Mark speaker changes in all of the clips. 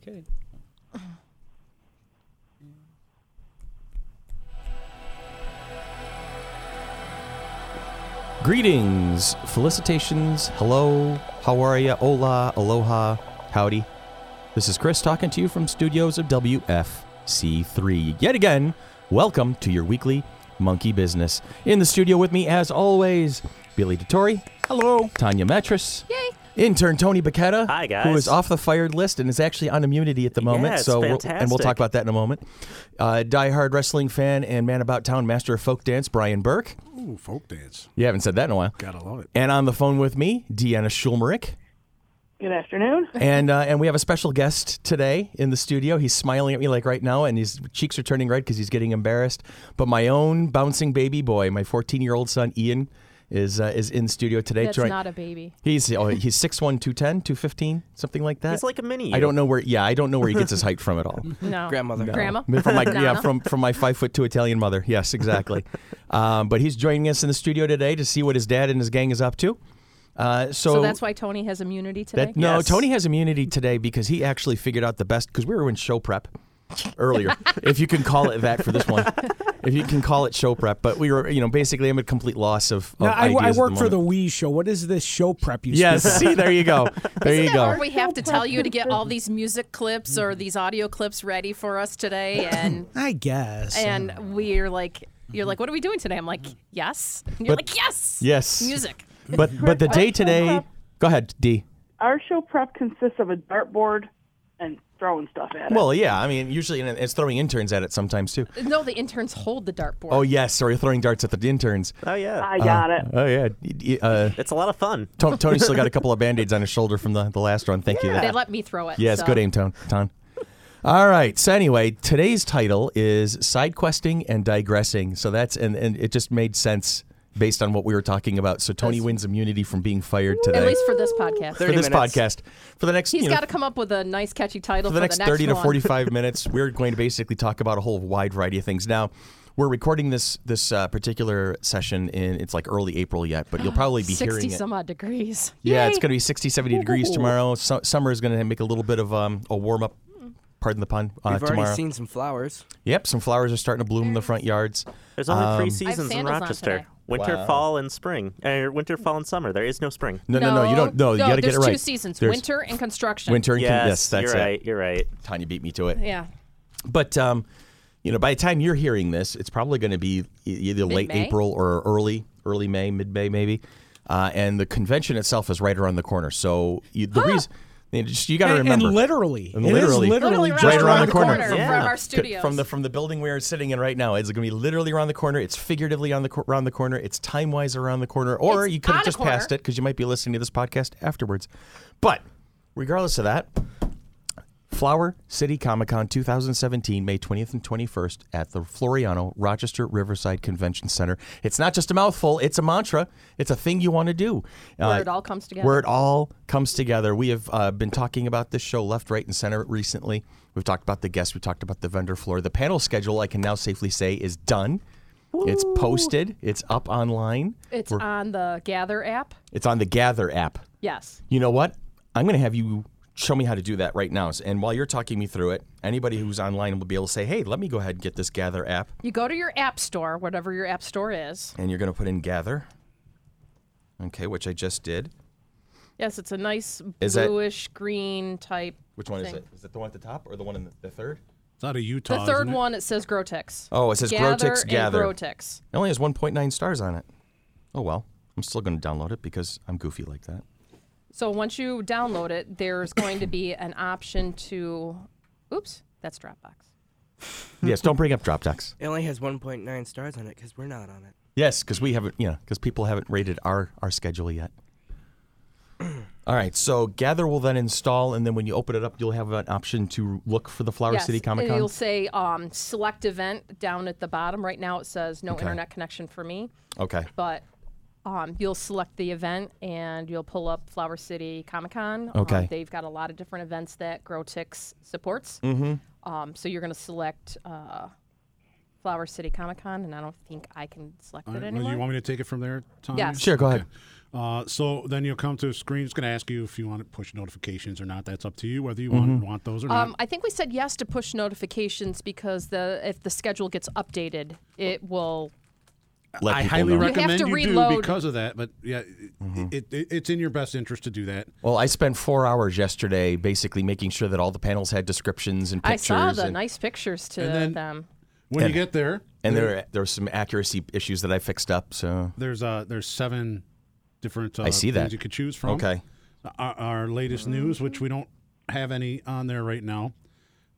Speaker 1: Okay.
Speaker 2: Greetings, felicitations, hello, how are ya, hola, aloha, howdy. This is Chris talking to you from studios of WFC3. Yet again, welcome to your weekly Monkey Business. In the studio with me, as always, Billy DeTore. Hello. Tanya Metris. Yay. Intern Tony Baquetta.
Speaker 1: Hi,
Speaker 2: Who
Speaker 1: guys.
Speaker 2: is off the fired list and is actually on immunity at the moment.
Speaker 1: it's
Speaker 2: so, we'll- and we'll
Speaker 1: fantastic.
Speaker 2: talk about that in a moment. Uh, Die hard wrestling fan and man about town, master of folk dance, Brian Burke.
Speaker 3: Ooh, folk dance.
Speaker 2: You haven't said that in a while.
Speaker 3: Gotta love it.
Speaker 2: And on the phone with me, Deanna Schulmerich.
Speaker 4: Good afternoon.
Speaker 2: And uh, and we have a special guest today in the studio. He's smiling at me like right now, and his cheeks are turning red because he's getting embarrassed. But my own bouncing baby boy, my 14 year old son Ian, is uh, is in the studio today.
Speaker 5: That's
Speaker 2: trying-
Speaker 5: not a baby.
Speaker 2: he's oh, he's 6'1", 210, 215, something like that.
Speaker 1: He's like a mini.
Speaker 2: I
Speaker 1: you.
Speaker 2: don't know where. Yeah, I don't know where he gets his height from at all.
Speaker 5: No.
Speaker 6: Grandmother. No.
Speaker 5: Grandma.
Speaker 2: I mean, From my yeah,
Speaker 5: Donna.
Speaker 2: from from my five foot two Italian mother. Yes, exactly. um, but he's joining us in the studio today to see what his dad and his gang is up to. Uh, so,
Speaker 5: So that's why Tony has immunity today.
Speaker 2: that, no,
Speaker 1: Yes.
Speaker 2: Tony has immunity today because he actually figured out the best because we were in show prep earlier, if you can call it that for this one, if you can call it show prep. But we were, you know, basically I'm at complete loss of. of
Speaker 6: Now, I, I
Speaker 2: ideas at
Speaker 6: work for the
Speaker 2: moment.
Speaker 6: Wii show. What is this show prep you
Speaker 2: Yes, see, there you go, there you go.
Speaker 5: Or we have to tell you to get all these music clips or these audio clips ready for us today, and
Speaker 6: speak? I guess.
Speaker 5: and we're like, you're like, what are we doing today? I'm like, yes. And you're
Speaker 2: But-
Speaker 5: like, yes.
Speaker 2: Yes.
Speaker 5: Music.
Speaker 2: But but the day today. Go ahead, D.
Speaker 4: Our show prep consists of a dartboard and throwing stuff at it.
Speaker 2: Well, yeah, I mean, usually and it's throwing interns at it sometimes too.
Speaker 5: Uh, No, the interns hold the dartboard.
Speaker 2: Oh yes, sorry, throwing darts at the interns.
Speaker 1: Oh yeah,
Speaker 4: I got it.
Speaker 2: Oh yeah, D- D- uh,
Speaker 1: it's a lot of fun.
Speaker 2: Ton- Tony's still got a couple of band aids on his shoulder from the, the last run. Thank you.
Speaker 5: They let me throw it.
Speaker 2: Yes,
Speaker 5: so.
Speaker 2: good aim, Tone. Ton. All right. So anyway, today's title is side questing and digressing. So that's and, and it just made sense based on what we were talking about. So Tony wins immunity from being fired today
Speaker 5: At least for this podcast.
Speaker 2: for
Speaker 6: 30
Speaker 2: this
Speaker 6: minutes.
Speaker 2: podcast. For the next,
Speaker 5: He's
Speaker 2: you know,
Speaker 5: got to come up with a nice, catchy title
Speaker 2: for
Speaker 5: for
Speaker 2: the next, thirty to
Speaker 5: one.
Speaker 2: forty-five minutes, we're going to basically talk about a whole wide variety of things. Now, we're recording this this uh, particular session in it's like early April yet, but you'll probably be hearing
Speaker 5: 60
Speaker 2: it.
Speaker 5: some odd degrees.
Speaker 2: Yeah,
Speaker 5: Yay.
Speaker 2: it's going to be 60, 70 degrees tomorrow. Su- summer is going to make a little bit of um, a warm up. Pardon the pun. Uh,
Speaker 6: We've
Speaker 2: tomorrow.
Speaker 6: already seen some flowers.
Speaker 2: yep, some flowers are starting to bloom in the front yards.
Speaker 1: There's only three
Speaker 5: I have
Speaker 1: seasons in
Speaker 5: sandals on today.
Speaker 1: Rochester: winter,
Speaker 2: Wow.
Speaker 1: fall, and spring. Er, winter, fall, and summer. There is no spring.
Speaker 2: No, no, no, you don't. No, you got to get
Speaker 5: there's
Speaker 2: it right.
Speaker 5: two seasons
Speaker 2: There's
Speaker 5: winter and construction.
Speaker 2: winter, and con-
Speaker 1: Yes,
Speaker 2: yes, that's
Speaker 1: you're
Speaker 2: it.
Speaker 1: right. You're right.
Speaker 2: Tanya beat me to it.
Speaker 5: Yeah.
Speaker 2: But um, you know, by the time you're hearing this, it's probably going to be e- either late
Speaker 5: Mid-May?
Speaker 2: April or early, early May, mid May maybe. Uh, and the convention itself is right around the corner. So you, the reason you, just, you got to
Speaker 6: And, and
Speaker 2: remember
Speaker 6: literally.
Speaker 2: And
Speaker 6: it is
Speaker 2: literally.
Speaker 6: literally,
Speaker 5: Literally
Speaker 6: just
Speaker 2: right around the corner,
Speaker 1: Yeah.
Speaker 5: from our
Speaker 2: C-
Speaker 5: studios.
Speaker 2: From the from the building we're sitting in right now, it's going to be literally around the corner. It's figuratively on the cor- around the corner. It's time wise around the corner, or
Speaker 5: It's
Speaker 2: you could
Speaker 5: on
Speaker 2: have
Speaker 5: a
Speaker 2: just
Speaker 5: corner.
Speaker 2: passed it because you might be listening to this podcast afterwards. But regardless of that, Flower City Comic Con 2017, May 20th and 21st at the Floriano Rochester Riverside Convention Center. It's not just a mouthful; it's a mantra. It's a thing you want to do. Uh,
Speaker 5: Where it all comes together.
Speaker 2: Where it all comes together. We have uh, been talking about this show left, right, and center recently. We've talked about the guests. We talked about the vendor floor. The panel schedule, I can now safely say, is done. It's posted. It's up online.
Speaker 5: It's
Speaker 2: We're-
Speaker 5: on the Gather app.
Speaker 2: it's on the Gather app.
Speaker 5: Yes.
Speaker 2: You know what? I'm going to have you show me how to do that right now. And while you're talking me through it, anybody who's online will be able to say, hey, let me go ahead and get this Gather app.
Speaker 5: You go to your app store, whatever your app store is.
Speaker 2: And you're going to put in Gather. Okay, which I just did.
Speaker 5: Yes, it's a nice
Speaker 2: Is that-
Speaker 5: bluish green type.
Speaker 2: Which one is
Speaker 5: Thing.
Speaker 2: it? Is it the one at the top or the one in the, the third?
Speaker 3: It's out of Utah.
Speaker 5: The third
Speaker 3: isn't it?
Speaker 5: one it says Grotex.
Speaker 2: Oh, it says
Speaker 5: gather
Speaker 2: Grotex
Speaker 5: and
Speaker 2: Gather.
Speaker 5: Grotex.
Speaker 2: It only has 1.9 stars on it. Oh, well. I'm still going to download it because I'm goofy like that.
Speaker 5: So once you download it, there's going to be an option to. Oops, that's Dropbox.
Speaker 2: yes, don't bring up Dropbox.
Speaker 7: It only has 1.9 stars on it because we're not on it.
Speaker 2: Yes, because we haven't, you know, because people haven't rated our our schedule yet. All right, so Gather will then install, and then when you open it up, you'll have an option to look for the Flower
Speaker 5: yes,
Speaker 2: City Comic
Speaker 5: You'll
Speaker 2: Con.
Speaker 5: say um, select event down at the bottom. Right now it says no internet connection for me.
Speaker 2: Okay.
Speaker 5: but um, you'll select the event and you'll pull up Flower City Comic Con.
Speaker 2: Okay.
Speaker 5: they've got a lot of different events that GrowTix supports. Mm-hmm. Um, so you're going to select uh, Flower City Comic Con, and I don't think I can select
Speaker 3: All
Speaker 5: it
Speaker 3: right, well,
Speaker 5: anymore.
Speaker 3: you want me to take it from there, Tanya?
Speaker 5: Yes.
Speaker 2: Sure, go ahead.
Speaker 3: Okay. Uh, so then you'll come to a screen. It's going to ask you if you want to push notifications or not. That's up to you whether you want, want those or
Speaker 5: um,
Speaker 3: not.
Speaker 5: I think we said yes to push notifications because the if the schedule gets updated, it will.
Speaker 2: Let
Speaker 3: I
Speaker 2: people
Speaker 3: highly
Speaker 2: know.
Speaker 3: recommend you,
Speaker 5: to
Speaker 3: do Mm-hmm.
Speaker 5: reload.
Speaker 3: because of that. But yeah, it- it, it, it's in your best interest to do that.
Speaker 2: Well, I spent four hours yesterday basically making sure that all the panels had descriptions and
Speaker 5: I
Speaker 2: pictures.
Speaker 5: saw the
Speaker 2: and,
Speaker 5: nice pictures to
Speaker 3: and then-
Speaker 5: them.
Speaker 3: When
Speaker 2: And-
Speaker 3: you get there,
Speaker 2: and there, were- there were some accuracy issues that I fixed up. So
Speaker 3: there's uh, there's seven different uh,
Speaker 2: I see
Speaker 3: things
Speaker 2: that.
Speaker 3: you could choose from.
Speaker 2: okay,
Speaker 3: our, our latest news, which we don't have any on there right now.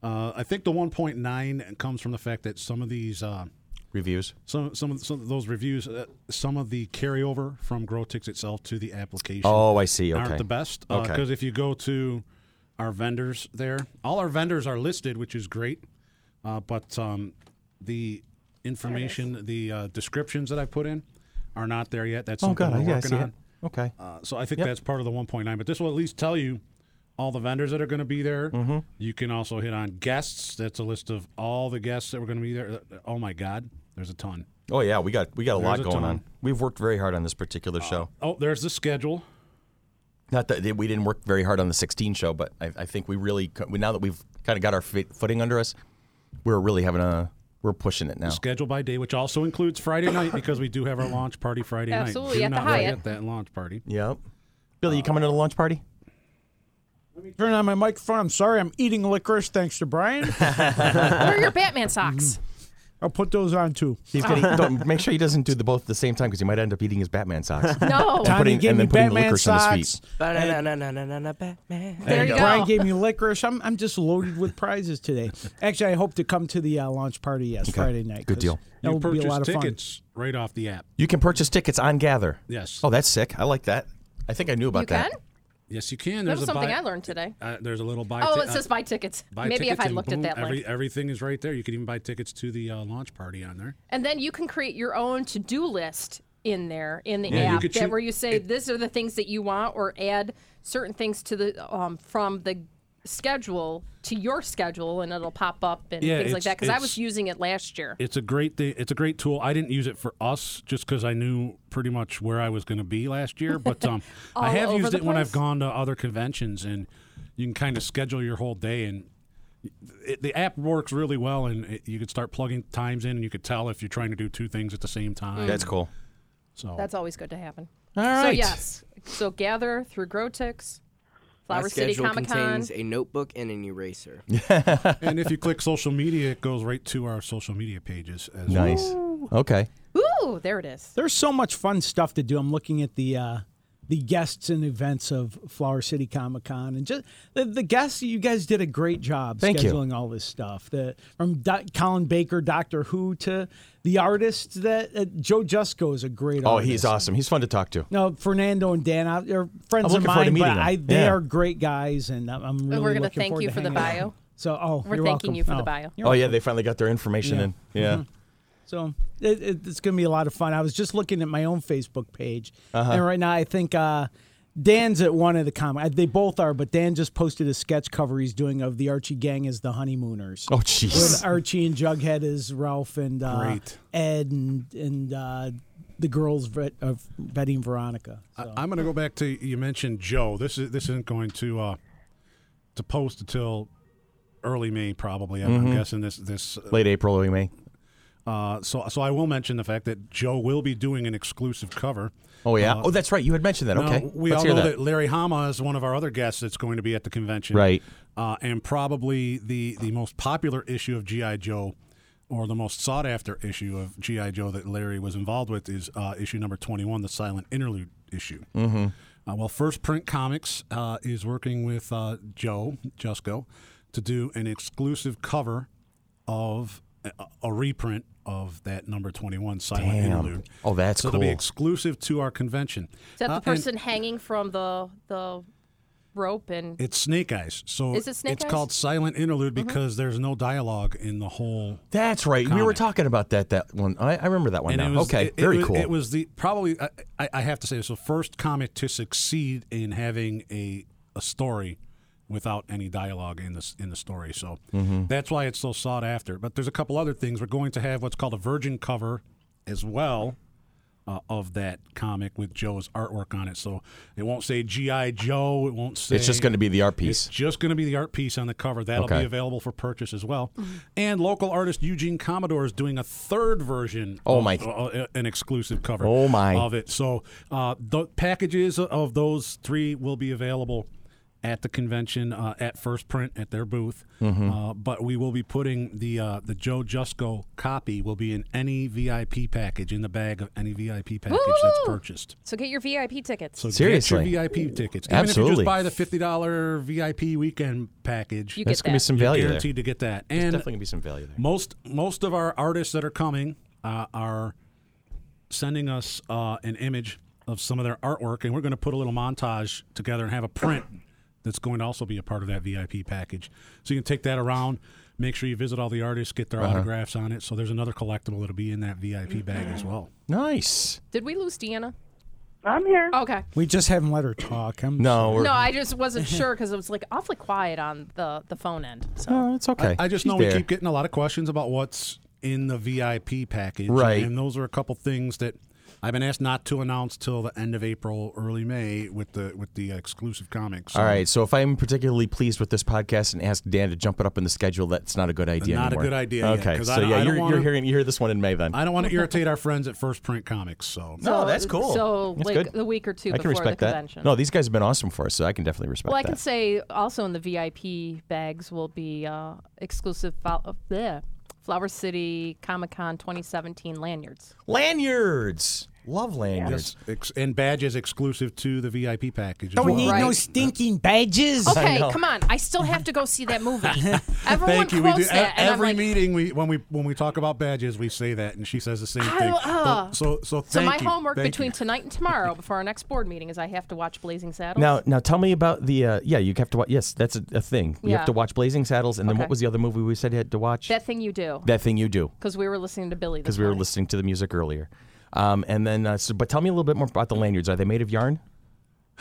Speaker 3: Uh, I think the 1.9 comes from the fact that some of these, uh,
Speaker 2: reviews.
Speaker 3: some some of, some of those reviews, uh, some of the carryover from GrowTix itself to the application
Speaker 2: Oh, I see.
Speaker 3: aren't
Speaker 2: Okay,
Speaker 3: the best. Because
Speaker 2: Okay.
Speaker 3: if you go to our vendors there, all our vendors are listed, which is great. Uh, but um, the information, the uh, descriptions that I put in, are not there yet. That's
Speaker 2: oh
Speaker 3: something
Speaker 2: god, I,
Speaker 3: we're
Speaker 2: yeah, I
Speaker 3: working
Speaker 2: see
Speaker 3: on.
Speaker 2: it. Okay,
Speaker 3: Uh, so I think
Speaker 2: Yep.
Speaker 3: that's part of the 1.9. But this will at least tell you all the vendors that are going to be there.
Speaker 2: Mm-hmm.
Speaker 3: You can also hit on guests. That's a list of all the guests that were going to be there. Uh, Oh my God, there's a ton.
Speaker 2: Oh yeah, we got we got a lot
Speaker 3: There's a
Speaker 2: going on.
Speaker 3: ton.
Speaker 2: We've worked very hard on this particular show.
Speaker 3: Oh, there's the schedule.
Speaker 2: Not that that we didn't work very hard on the 16 show, but I, I think we really co- we- now that we've kind of got our feet, footing under us, we're really having a we're pushing it now.
Speaker 3: Schedule by day, which also includes Friday night because we do have our launch party Friday
Speaker 5: Absolutely,
Speaker 3: night.
Speaker 5: at
Speaker 3: Do
Speaker 5: the
Speaker 3: not
Speaker 5: Hyatt.
Speaker 3: forget that launch party.
Speaker 2: Yep. Billy, you coming to the launch party?
Speaker 8: Turn on my microphone. I'm sorry, I'm eating licorice thanks to Brian.
Speaker 5: Where are your Batman socks?
Speaker 8: I'll put those on too.
Speaker 2: He's gonna, don't, make sure he doesn't do the both at the same time because he might end up eating his Batman socks.
Speaker 5: No.
Speaker 8: Time
Speaker 2: putting-
Speaker 8: to get
Speaker 2: and
Speaker 8: me
Speaker 2: then putting the
Speaker 8: Batman
Speaker 2: licorice on his
Speaker 8: socks.
Speaker 7: Ba-na-na-na-na-na-na, Batman.
Speaker 5: There you go.
Speaker 8: Brian gave me licorice. I'm, I'm just loaded with prizes today. Actually, I hope to come to the uh, launch party, yes, Friday night.
Speaker 2: Good
Speaker 8: 'cause
Speaker 2: deal.
Speaker 8: That
Speaker 3: you
Speaker 8: would be
Speaker 3: purchase
Speaker 8: a lot of fun.
Speaker 3: tickets right off the app.
Speaker 2: You can purchase tickets on Gather.
Speaker 3: Yes.
Speaker 2: Oh, that's sick. I like that. I think I knew about
Speaker 5: you
Speaker 2: that.
Speaker 5: can.
Speaker 3: Yes, you can.
Speaker 5: That
Speaker 3: There's
Speaker 5: was
Speaker 3: a
Speaker 5: something
Speaker 3: buy,
Speaker 5: I learned today.
Speaker 3: Uh, there's a little buy.
Speaker 5: Oh,
Speaker 3: ti-
Speaker 5: it says
Speaker 3: uh,
Speaker 5: buy tickets.
Speaker 3: buy
Speaker 5: Maybe if
Speaker 3: tickets
Speaker 5: I
Speaker 3: and
Speaker 5: looked
Speaker 3: boom,
Speaker 5: at that
Speaker 3: every,
Speaker 5: link.
Speaker 3: everything is right there. You can even buy tickets to the uh, launch party on there.
Speaker 5: And then you can create your own to do list in there in the
Speaker 3: you
Speaker 5: app
Speaker 3: could
Speaker 5: that
Speaker 3: choo-
Speaker 5: where you say these are the things that you want or add certain things to the um, from the schedule to your schedule and it'll pop up and
Speaker 3: Yeah,
Speaker 5: things like
Speaker 3: it's-
Speaker 5: that because I was
Speaker 3: it's-
Speaker 5: using it last year.
Speaker 3: it's a great thing. It's a great tool. I didn't use it for us just because I knew pretty much where I was going to be last year. But um, I
Speaker 5: All
Speaker 3: have
Speaker 5: over
Speaker 3: used
Speaker 5: the
Speaker 3: it when I've
Speaker 5: place?
Speaker 3: gone to other conventions, and you can kind of schedule your whole day. And it, the app works really well, and it, you could start plugging times in, and you could tell if you're trying to do two things at the same time.
Speaker 2: Mm. That's cool.
Speaker 3: so.
Speaker 5: That's always good to happen.
Speaker 2: All
Speaker 5: So
Speaker 2: right.
Speaker 5: yes, so gather through Grotix,
Speaker 7: My
Speaker 5: Flower City
Speaker 7: schedule
Speaker 5: Comic Con.
Speaker 7: contains a notebook and an eraser.
Speaker 3: and if you click social media, it goes right to our social media pages. As well.
Speaker 2: Nice. Okay.
Speaker 5: Ooh, there it is.
Speaker 8: There's so much fun stuff to do. I'm looking at the uh, the guests and events of Flower City Comic Con and just the, the guests. You guys did a great job
Speaker 2: Thank you.
Speaker 8: scheduling all this stuff. The from Do- Colin Baker, Doctor Who, to the artists that uh, Joe Jusco is a great.
Speaker 2: Oh,
Speaker 8: artist.
Speaker 2: he's awesome. He's fun to talk to.
Speaker 8: No, Fernando and Dan out are
Speaker 2: I'm
Speaker 8: friends of
Speaker 2: looking forward
Speaker 8: mine,
Speaker 2: to meeting
Speaker 8: but
Speaker 2: them.
Speaker 8: I, they
Speaker 2: Yeah.
Speaker 8: are great guys, and I'm- I'm really.
Speaker 5: we're gonna
Speaker 8: looking
Speaker 5: thank
Speaker 8: forward
Speaker 5: you
Speaker 8: to
Speaker 5: for the
Speaker 8: hanging out.
Speaker 5: bio.
Speaker 8: So, oh,
Speaker 5: We're
Speaker 8: you're
Speaker 5: thanking
Speaker 8: welcome.
Speaker 5: you for the
Speaker 8: Oh,
Speaker 5: bio.
Speaker 8: you're
Speaker 2: Oh yeah, they finally got their information
Speaker 8: Yeah.
Speaker 2: in. Yeah. Mm-hmm.
Speaker 8: So it, it, it's going to be a lot of fun. I was just looking at my own Facebook page,
Speaker 6: Uh-huh.
Speaker 8: and right now I think uh, Dan's at one of the comments. They both are, but Dan just posted a sketch cover he's doing of the Archie Gang as the Honeymooners.
Speaker 2: Oh
Speaker 8: With
Speaker 2: jeez.
Speaker 8: Archie and Jughead as Ralph and uh,
Speaker 3: Great.
Speaker 8: Ed and and uh, the girls Vet- of Betty and Veronica. So.
Speaker 3: I, am going to go back to you mentioned Joe. This is this isn't going to uh, to post until early May probably. I'm, I'm guessing this this
Speaker 2: Late April, early May.
Speaker 3: Uh, so, so I will mention the fact that Joe will be doing an exclusive cover.
Speaker 2: Oh yeah. oh, that's right. You had mentioned that.
Speaker 3: Now,
Speaker 2: okay.
Speaker 3: we
Speaker 2: Let's
Speaker 3: all
Speaker 2: hear
Speaker 3: know that.
Speaker 2: that.
Speaker 3: Larry Hama is one of our other guests that's going to be at the convention,
Speaker 2: Right.
Speaker 3: Uh, and probably the the most popular issue of GI Joe, or the most sought after issue of GI Joe that Larry was involved with is uh, issue number twenty one, the Silent Interlude issue. Mm-hmm. Uh, well, First Print Comics uh, is working with uh, Joe Jusco to do an exclusive cover of a, a reprint of that number twenty one Silent
Speaker 2: Damn.
Speaker 3: Interlude.
Speaker 2: Oh, that's
Speaker 3: so it'll be
Speaker 2: cool.
Speaker 3: exclusive to our convention.
Speaker 5: Is that
Speaker 3: Uh,
Speaker 5: the
Speaker 3: and-
Speaker 5: person hanging from the the rope and
Speaker 3: it's Snake Eyes. So
Speaker 5: Is it Snake
Speaker 3: it's
Speaker 5: Eyes? Mm-hmm.
Speaker 3: called Silent Interlude because there's no dialogue in the whole.
Speaker 2: That's right. We were
Speaker 3: comic.
Speaker 2: talking about that that one. I, I remember that one
Speaker 3: And
Speaker 2: now.
Speaker 3: it was,
Speaker 2: okay.
Speaker 3: it- it
Speaker 2: Very
Speaker 3: was-
Speaker 2: cool.
Speaker 3: It was the probably I, I- I have to say it's the first comic to succeed in having a a story without any dialogue in this in the story. So
Speaker 2: Mm-hmm.
Speaker 3: that's why it's so sought after. But there's a couple other things. We're going to have what's called a virgin cover as well uh, of that comic with Joe's artwork on it. So it won't say GI Joe. It won't say.
Speaker 2: It's just going to be the art
Speaker 3: It's
Speaker 2: piece.
Speaker 3: just going to be the art piece on the cover. That'll
Speaker 2: Okay.
Speaker 3: be available for purchase as well. And local artist Eugene Commodore is doing a third version.
Speaker 2: Oh,
Speaker 3: of,
Speaker 2: my.
Speaker 3: uh, an exclusive cover.
Speaker 2: Oh, my.
Speaker 3: Of it. So uh, the packages of those three will be available at the convention uh, at First Print at their booth.
Speaker 2: Mm-hmm.
Speaker 3: Uh, but we will be putting the uh, the Joe Jusco copy will be in any VIP package in the bag of any VIP package that's
Speaker 5: Woo!
Speaker 3: purchased.
Speaker 5: So get your VIP tickets.
Speaker 3: So
Speaker 2: Seriously.
Speaker 3: get your VIP tickets. Even if you
Speaker 2: Absolutely.
Speaker 3: just buy the fifty dollar VIP weekend package,
Speaker 5: you
Speaker 3: you
Speaker 5: get
Speaker 2: That's
Speaker 5: that.
Speaker 2: going to be some value there.
Speaker 3: guaranteed to get that. And
Speaker 2: Definitely going to be some value there.
Speaker 3: most most of our artists that are coming uh, are sending us uh, an image of some of their artwork, and we're going to put a little montage together and have a print that's going to also be a part of that VIP package. So you can take that around. Make sure you visit all the artists, get
Speaker 2: Uh-huh.
Speaker 3: their autographs on it. So there's another collectible that'll be in that VIP bag as well.
Speaker 2: Nice.
Speaker 5: Did we lose Deanna?
Speaker 4: I'm here.
Speaker 5: Oh, Okay.
Speaker 8: We just haven't let her talk. I'm
Speaker 2: No, we're,
Speaker 5: No, I just wasn't sure because it was like awfully quiet on the the phone end. So
Speaker 2: Oh, it's okay.
Speaker 3: I just
Speaker 2: She's
Speaker 3: know we
Speaker 2: there.
Speaker 3: keep getting a lot of questions about what's in the VIP package.
Speaker 2: Right.
Speaker 3: And those are a couple things that I've been asked not to announce till the end of April, early May with the with the exclusive comics.
Speaker 2: All right, so if I'm particularly pleased with this podcast and ask Dan to jump it up in the schedule, that's not a good idea.
Speaker 3: Not a
Speaker 2: anymore.
Speaker 3: good idea, yeah,
Speaker 2: Okay,
Speaker 3: 'cause
Speaker 2: so
Speaker 3: I- I
Speaker 2: yeah,
Speaker 3: don't
Speaker 2: you're,
Speaker 3: wanna-
Speaker 2: you're hearing you hear this one in May then.
Speaker 3: I don't want to irritate our friends at First Print Comics, so
Speaker 2: no, that's cool.
Speaker 5: So
Speaker 2: That's
Speaker 5: like
Speaker 2: good.
Speaker 5: the week or two
Speaker 2: I can
Speaker 5: before
Speaker 2: respect
Speaker 5: the
Speaker 2: that.
Speaker 5: convention.
Speaker 2: No, these guys have been awesome for us, so I can definitely respect
Speaker 5: well, I can
Speaker 2: that.
Speaker 5: say also in the VIP bags will be uh, exclusive fol- uh, bleh, Flower City Comic Con 2017 lanyards.
Speaker 2: lanyards, love lanyards.
Speaker 3: Ex- and badges exclusive to the VIP package. as
Speaker 6: Don't
Speaker 3: well.
Speaker 6: need no
Speaker 5: Right.
Speaker 6: stinking badges.
Speaker 5: Okay, come on. I still have to go see that movie. Everyone
Speaker 3: Thank you. We
Speaker 5: quotes
Speaker 3: do e-
Speaker 5: that, and
Speaker 3: every
Speaker 5: I'm like,
Speaker 3: meeting we when we when we talk about badges, we say that, and she says the same
Speaker 5: I
Speaker 3: thing.
Speaker 5: don't- uh.
Speaker 3: so so thank
Speaker 5: so my
Speaker 3: you.
Speaker 5: homework
Speaker 3: Thank
Speaker 5: between
Speaker 3: you.
Speaker 5: tonight and tomorrow before our next board meeting is I have to watch Blazing Saddles.
Speaker 2: Now, now tell me about the uh, yeah. You have to watch. Yes, that's a, a thing. You have
Speaker 5: Yeah.
Speaker 2: to watch Blazing Saddles, and then what
Speaker 5: Okay.
Speaker 2: was the other movie we said you had to watch?
Speaker 5: that thing you do
Speaker 2: that thing you do
Speaker 5: because we were listening to Billy
Speaker 2: because we were listening to the music earlier. Um, and then, uh, so, but tell me a little bit more about the lanyards. Are they made of yarn?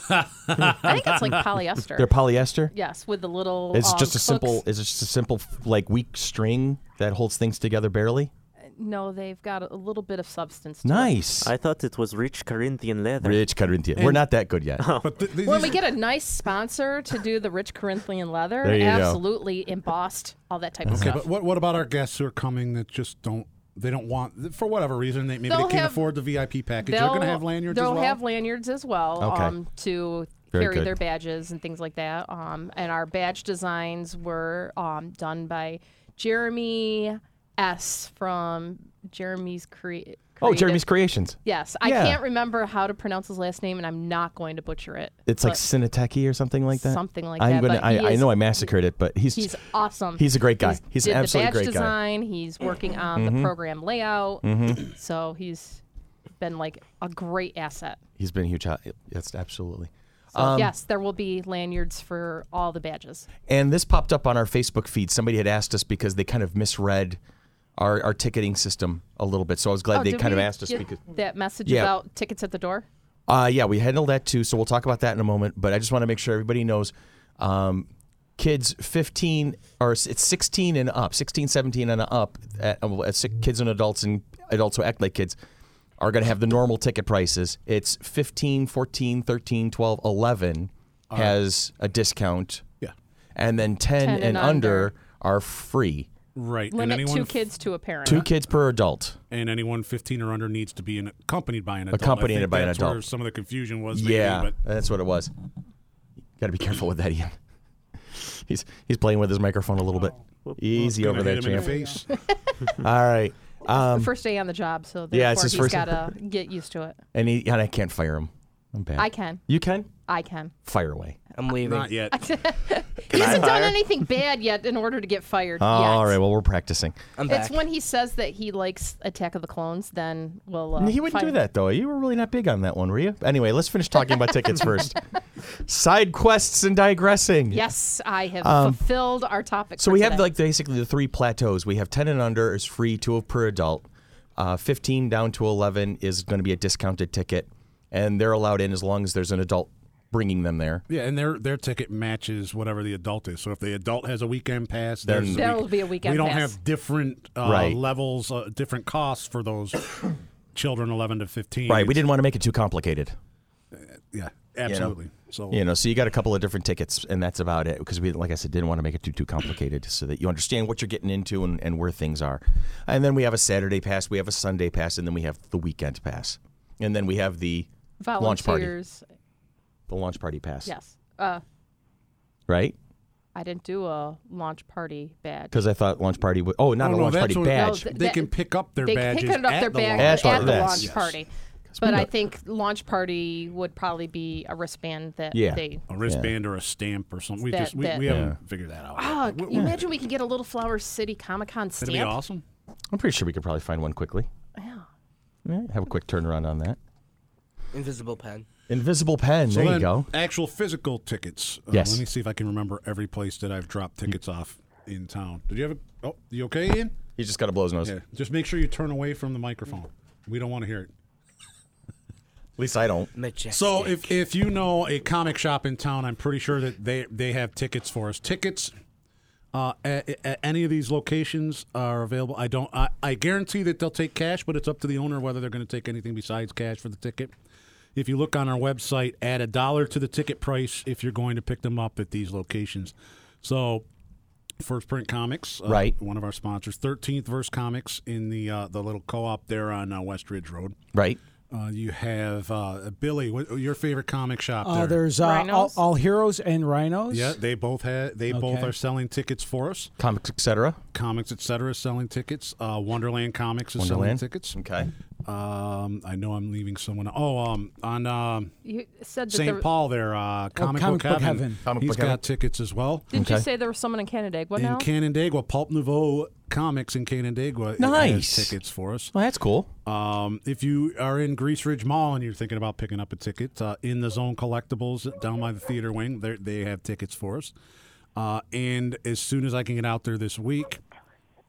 Speaker 5: I think it's like polyester.
Speaker 2: They're polyester.
Speaker 5: yes, with the little.
Speaker 2: It's
Speaker 5: um,
Speaker 2: just a simple.
Speaker 5: hooks.
Speaker 2: It's just a simple like weak string that holds things together barely.
Speaker 5: No, they've got a little bit of substance. To it.
Speaker 2: Nice.
Speaker 1: I thought it was rich Corinthian leather.
Speaker 2: Rich Corinthian. We're not that good yet.
Speaker 3: But th- th-
Speaker 5: When
Speaker 3: these-
Speaker 5: we get a nice sponsor to do the rich Corinthian leather,
Speaker 2: There you go.
Speaker 5: absolutely embossed, all that type of
Speaker 3: Okay,
Speaker 5: stuff.
Speaker 3: but what what about our guests who are coming that just don't they don't want for whatever reason they maybe they
Speaker 5: They'll
Speaker 3: can't
Speaker 5: have-
Speaker 3: afford the VIP package. They're going to have lanyards as
Speaker 5: They'll
Speaker 3: well.
Speaker 5: have lanyards as well
Speaker 2: Okay.
Speaker 5: um, to
Speaker 2: Very
Speaker 5: carry
Speaker 2: good.
Speaker 5: their badges and things like that. Um, and our badge designs were um, done by Jeremy S. from Jeremy's Create.
Speaker 2: Oh, Jeremy's Creations.
Speaker 5: Yes, I
Speaker 2: Yeah.
Speaker 5: can't remember how to pronounce his last name, and I'm not going to butcher it.
Speaker 2: It's like
Speaker 5: but
Speaker 2: Cineteki or something like that.
Speaker 5: Something like
Speaker 2: I'm
Speaker 5: that,
Speaker 2: Gonna,
Speaker 5: but
Speaker 2: I,
Speaker 5: he
Speaker 2: I
Speaker 5: is-
Speaker 2: know I massacred it, but he's
Speaker 5: He's awesome.
Speaker 2: He's a great guy. He's an
Speaker 5: did
Speaker 2: absolutely
Speaker 5: the badge
Speaker 2: great guy. Mm-hmm.
Speaker 5: design. He's working on the program layout, so he's been like a great asset.
Speaker 2: he's been a huge. hot- Yes, absolutely.
Speaker 5: So
Speaker 2: Um,
Speaker 5: yes, there will be lanyards for all the badges.
Speaker 2: And this popped up on our Facebook feed. Somebody had asked us because they kind of misread our, our ticketing system a little bit. So I was glad they
Speaker 5: Oh, did
Speaker 2: kind of
Speaker 5: we
Speaker 2: asked us
Speaker 5: get
Speaker 2: because.
Speaker 5: that message
Speaker 2: Yeah.
Speaker 5: about tickets at the door.
Speaker 2: Uh, yeah, we handle that too. So we'll talk about that in a moment. But I just want to make sure everybody knows um, kids 15 or s- it's 16 and up, 16, 17 and up, at, uh, at si- kids and adults and adults who act like kids are going to have the normal ticket prices. It's 15, 14, 13, 12, 11 has a discount.
Speaker 3: Yeah.
Speaker 2: And then 10,
Speaker 5: 10
Speaker 2: and,
Speaker 5: and
Speaker 2: under,
Speaker 5: under.
Speaker 2: are free.
Speaker 3: right.
Speaker 5: Limit
Speaker 3: and anyone
Speaker 5: two kids to a parent.
Speaker 2: Two kids per adult.
Speaker 3: and anyone 15 or under needs to be an, accompanied by an adult. I
Speaker 2: Accompanied
Speaker 3: think
Speaker 2: by an
Speaker 3: that's
Speaker 2: adult.
Speaker 3: Where some of the confusion was. maybe,
Speaker 2: Yeah,
Speaker 3: but
Speaker 2: that's what it was. Got to be careful with that, Ian. He's he's playing with his microphone a little bit. Easy
Speaker 3: gonna
Speaker 2: over there,
Speaker 3: hit him in the
Speaker 2: champ.
Speaker 3: face.
Speaker 2: All right,
Speaker 5: It's the first day on the job, so therefore
Speaker 2: um, Yeah, it's his
Speaker 5: he's
Speaker 2: first-
Speaker 5: gotta get used to it.
Speaker 2: and he and I can't fire him. I'm bad.
Speaker 5: I can,
Speaker 2: You can
Speaker 5: I can.
Speaker 2: fire away.
Speaker 7: I'm leaving.
Speaker 3: Not yet.
Speaker 5: He hasn't
Speaker 1: hire?
Speaker 5: done anything bad yet in order to get fired. yet.
Speaker 2: All right. Well, we're practicing.
Speaker 7: I'm back.
Speaker 5: It's when he says that he likes Attack of the Clones, then we'll. Uh,
Speaker 2: he wouldn't do
Speaker 5: fire-
Speaker 2: that though. You were really not big on that one, were you? Anyway, let's finish talking about tickets first. Side quests and digressing.
Speaker 5: Yes, I have fulfilled our topic.
Speaker 2: Um, So
Speaker 5: for
Speaker 2: we have
Speaker 5: today.
Speaker 2: like basically the three plateaus. We have ten and under is free, two per adult. Uh, Fifteen down to eleven is going to be a discounted ticket, and they're allowed in as long as there's an adult bringing them there.
Speaker 3: Yeah, and their their ticket matches whatever the adult is. So if the adult has a weekend pass, there's
Speaker 2: Then-
Speaker 3: a
Speaker 5: There'll be a weekend
Speaker 3: We don't
Speaker 5: pass.
Speaker 3: have different uh,
Speaker 2: Right.
Speaker 3: levels, uh, different costs for those children 11 to 15.
Speaker 2: Right. We didn't want to make it too complicated.
Speaker 3: Yeah, absolutely. So
Speaker 2: You know, so you got a couple of different tickets, and that's about it. Because we, like I said, didn't want to make it too too complicated, so that you understand what you're getting into and, and where things are. And then we have a Saturday pass, we have a Sunday pass, and then we have the weekend pass, and then we have the launch party,
Speaker 5: Volunteers.
Speaker 2: the launch party pass.
Speaker 5: Yes. Uh,
Speaker 2: Right?
Speaker 5: I didn't do a launch party badge.
Speaker 2: Because I thought launch party. would oh, not
Speaker 3: Oh,
Speaker 2: a
Speaker 3: no,
Speaker 2: launch
Speaker 3: that's
Speaker 2: party
Speaker 3: what-
Speaker 2: badge.
Speaker 5: No, th-
Speaker 3: they
Speaker 5: that-
Speaker 3: can pick up their
Speaker 5: they
Speaker 3: badges
Speaker 5: picked up
Speaker 3: at
Speaker 5: their
Speaker 3: the launch
Speaker 5: badge
Speaker 2: party.
Speaker 5: at the
Speaker 2: Yes.
Speaker 5: launch
Speaker 3: Yes.
Speaker 5: party. But
Speaker 2: we
Speaker 5: I
Speaker 2: know-
Speaker 5: think launch party would probably be a wristband that
Speaker 2: Yeah.
Speaker 5: they.
Speaker 3: a wristband or a stamp or something. We
Speaker 5: That-
Speaker 3: just we,
Speaker 5: that-
Speaker 3: we haven't figured that out.
Speaker 5: Oh,
Speaker 3: yet.
Speaker 5: can you imagine we can get a little Flower City Comic Con
Speaker 3: That'd be
Speaker 5: stamp.
Speaker 3: awesome.
Speaker 2: I'm pretty sure we could probably find one quickly. Yeah. Have a quick turnaround on that.
Speaker 7: Invisible pen.
Speaker 2: Invisible pen.
Speaker 3: So
Speaker 2: there
Speaker 3: then,
Speaker 2: you go.
Speaker 3: Actual physical tickets. Uh,
Speaker 2: Yes.
Speaker 3: Let me see if I can remember every place that I've dropped tickets off in town. Did you have a? Oh, you okay, Ian?
Speaker 2: He just got a blows nose.
Speaker 3: Yeah. Just make sure you turn away from the microphone. We don't want to hear it.
Speaker 2: At least I don't.
Speaker 7: Majestic.
Speaker 3: So if if you know a comic shop in town, I'm pretty sure that they they have tickets for us. Tickets uh, at, at any of these locations are available. I don't. I, I guarantee that they'll take cash, but it's up to the owner whether they're going to take anything besides cash for the ticket. If you look on our website, add a dollar to the ticket price if you're going to pick them up at these locations. So. First Print Comics, uh,
Speaker 2: Right.
Speaker 3: One of our sponsors, Thirteenth Verse Comics, in the uh, the little co-op there on uh, West Ridge Road.
Speaker 2: Right.
Speaker 3: Uh, you have uh, Billy. What your favorite comic shop?
Speaker 8: Uh,
Speaker 3: there.
Speaker 8: there's uh, all,
Speaker 5: Rhinos?
Speaker 8: all heroes and rhinos.
Speaker 3: Yeah, they both had. They both
Speaker 8: Okay.
Speaker 3: are selling tickets for us.
Speaker 2: Comics, etc.
Speaker 3: Comics, etc., selling tickets. Uh, Wonderland Comics is
Speaker 2: Wonderland.
Speaker 3: selling tickets.
Speaker 2: Okay.
Speaker 3: Um, I know I'm leaving someone. Oh, um, on um,
Speaker 5: You said that there,
Speaker 3: St. Paul there, uh, Comic,
Speaker 8: Comic
Speaker 3: Book
Speaker 8: Book
Speaker 3: Heaven.
Speaker 8: Heaven.
Speaker 2: Comic
Speaker 3: He's
Speaker 2: Book
Speaker 3: got
Speaker 2: Heaven.
Speaker 3: tickets as well.
Speaker 5: Didn't you
Speaker 2: Okay.
Speaker 5: say there was someone in Canandaigua
Speaker 3: in
Speaker 5: now?
Speaker 3: Canandaigua, Pulp Nouveau Comics in Canandaigua it
Speaker 2: Nice.
Speaker 3: has tickets for us.
Speaker 2: Well, that's cool.
Speaker 3: Um, if you are in Grease Ridge Mall and you're thinking about picking up a ticket, uh, in the Zone Collectibles down by the theater wing, they're- they have tickets for us. Uh, and as soon as I can get out there this week,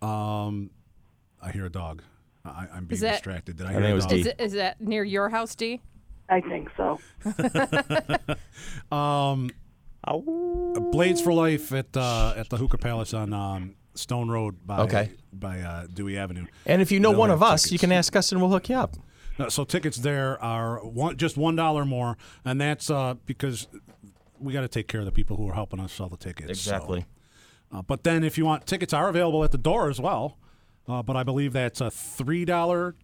Speaker 3: um, I hear a dog. I, I'm being
Speaker 5: Is that-
Speaker 3: distracted. Did I,
Speaker 2: I
Speaker 3: hear
Speaker 2: think
Speaker 3: a
Speaker 2: it was
Speaker 3: dog?
Speaker 5: is, it, is that near your house, D?
Speaker 4: I think so.
Speaker 3: Blades for Life at uh, at the Hookah Palace on um, Stone Road by
Speaker 2: Okay.
Speaker 3: by uh, Dewey Avenue.
Speaker 2: And if you know
Speaker 3: They'll
Speaker 2: one
Speaker 3: have
Speaker 2: of us, you
Speaker 3: tickets.
Speaker 2: can ask us and we'll hook you up.
Speaker 3: No, Uh, so tickets there are one, just one dollar more, and that's uh, because we got to take care of the people who are helping us sell the tickets. so. Uh, but then, if you want, tickets are available at the door as well. Uh, but I believe that's a three dollar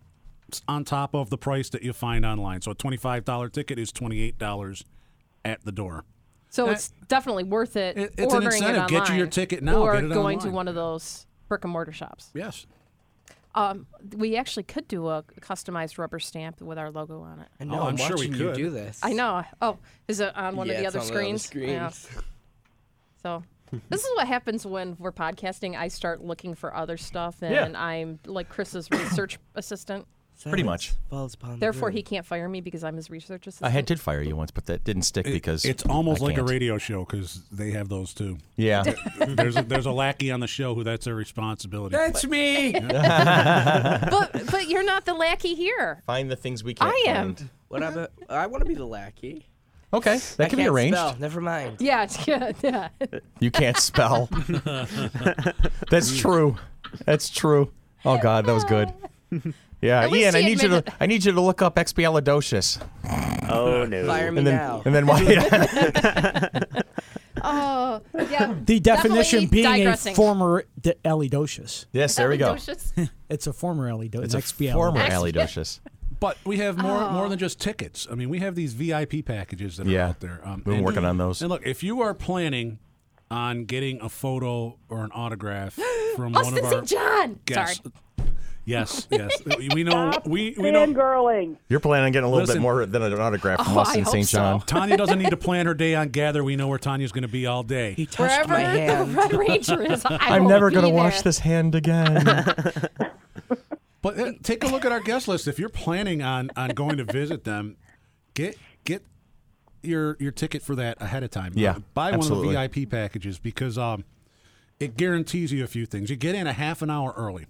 Speaker 3: on top of the price that you find online. So a twenty five dollar ticket is twenty eight dollars at the door.
Speaker 5: So it's definitely worth it.
Speaker 3: It- it's an
Speaker 5: ordering it
Speaker 3: incentive.
Speaker 5: online,
Speaker 3: Get you your ticket now,
Speaker 5: Or
Speaker 3: get it
Speaker 5: going
Speaker 3: online.
Speaker 5: to one of those brick and mortar shops.
Speaker 3: Yes.
Speaker 5: Um, we actually could do a customized rubber stamp with our logo on it.
Speaker 7: I know,
Speaker 3: Oh, I'm
Speaker 7: I'm,
Speaker 3: sure we
Speaker 7: watching
Speaker 3: could.
Speaker 7: you do this.
Speaker 5: I know. Oh, is it on one
Speaker 7: yeah,
Speaker 5: of the
Speaker 7: it's
Speaker 5: other
Speaker 7: on
Speaker 5: screens? Yeah.
Speaker 7: screens.
Speaker 5: So this is what happens when we're podcasting. I start looking for other stuff, and
Speaker 2: Yeah.
Speaker 5: I'm like Chris's research assistant.
Speaker 3: Mm-hmm.
Speaker 2: Pretty much.
Speaker 7: Silence falls upon the
Speaker 5: Therefore,
Speaker 7: room.
Speaker 5: he can't fire me because I'm his research assistant.
Speaker 2: I had did fire you once, but that didn't stick because
Speaker 3: it's almost
Speaker 2: I
Speaker 3: like
Speaker 2: can't.
Speaker 3: a radio show because they have those too.
Speaker 2: Yeah.
Speaker 3: there's a, there's a lackey on the show who that's their responsibility.
Speaker 6: That's me.
Speaker 5: but but you're not the lackey here.
Speaker 2: Find the things we can't.
Speaker 5: I am.
Speaker 2: find.
Speaker 7: What about, I want to be the lackey.
Speaker 2: Okay, that
Speaker 7: I
Speaker 2: can be
Speaker 7: can't
Speaker 2: arranged.
Speaker 7: Spell. Never mind.
Speaker 5: Yeah, it's- yeah, yeah.
Speaker 2: You can't spell. That's true. That's true. Oh God, that was good. Yeah,
Speaker 5: At least
Speaker 2: Ian, I
Speaker 5: he
Speaker 2: need you to
Speaker 5: admitted-
Speaker 2: I need you to look up expialidocious,
Speaker 1: Oh no.
Speaker 7: Fire me
Speaker 2: and then
Speaker 7: now.
Speaker 2: and then why?
Speaker 5: Oh, yeah.
Speaker 8: The definition
Speaker 5: Definitely
Speaker 8: being
Speaker 5: digressing.
Speaker 8: a former de- Elidocious.
Speaker 2: yes, there we go.
Speaker 5: Delicious.
Speaker 8: It's a former E Elidocious.
Speaker 2: It's a former
Speaker 5: Ex-
Speaker 2: allidocious.
Speaker 3: But we have more
Speaker 5: Oh.
Speaker 3: more than just tickets. I mean, we have these VIP packages that are
Speaker 2: Yeah.
Speaker 3: out there. Um,
Speaker 2: We've been
Speaker 3: and-
Speaker 2: working on those.
Speaker 3: And look, if you are planning on getting a photo or an autograph from one
Speaker 5: Austin
Speaker 3: of our
Speaker 5: St. John.
Speaker 3: guests,
Speaker 5: Sorry.
Speaker 3: yes, yes, we know we we know.
Speaker 4: Fangirling.
Speaker 2: You're planning on getting a little
Speaker 3: Listen.
Speaker 2: bit more than an autograph from
Speaker 5: Oh,
Speaker 2: us
Speaker 5: I
Speaker 2: in
Speaker 5: hope
Speaker 2: St.
Speaker 5: so.
Speaker 2: John.
Speaker 3: Tanya doesn't need to plan her day on Gather. We know where Tanya's going to be all
Speaker 7: He
Speaker 3: day.
Speaker 7: touched
Speaker 5: Wherever
Speaker 7: my hand.
Speaker 5: the Red Ranger is, I
Speaker 2: I'm
Speaker 5: will
Speaker 2: never
Speaker 5: be
Speaker 2: gonna
Speaker 5: there.
Speaker 2: wash this hand again.
Speaker 3: But uh, take a look at our guest list. If you're planning on on going to visit them, get get your your ticket for that ahead of time.
Speaker 2: Yeah,
Speaker 3: buy
Speaker 2: absolutely.
Speaker 3: one of the VIP packages because um, it guarantees you a few things. You get in a half an hour early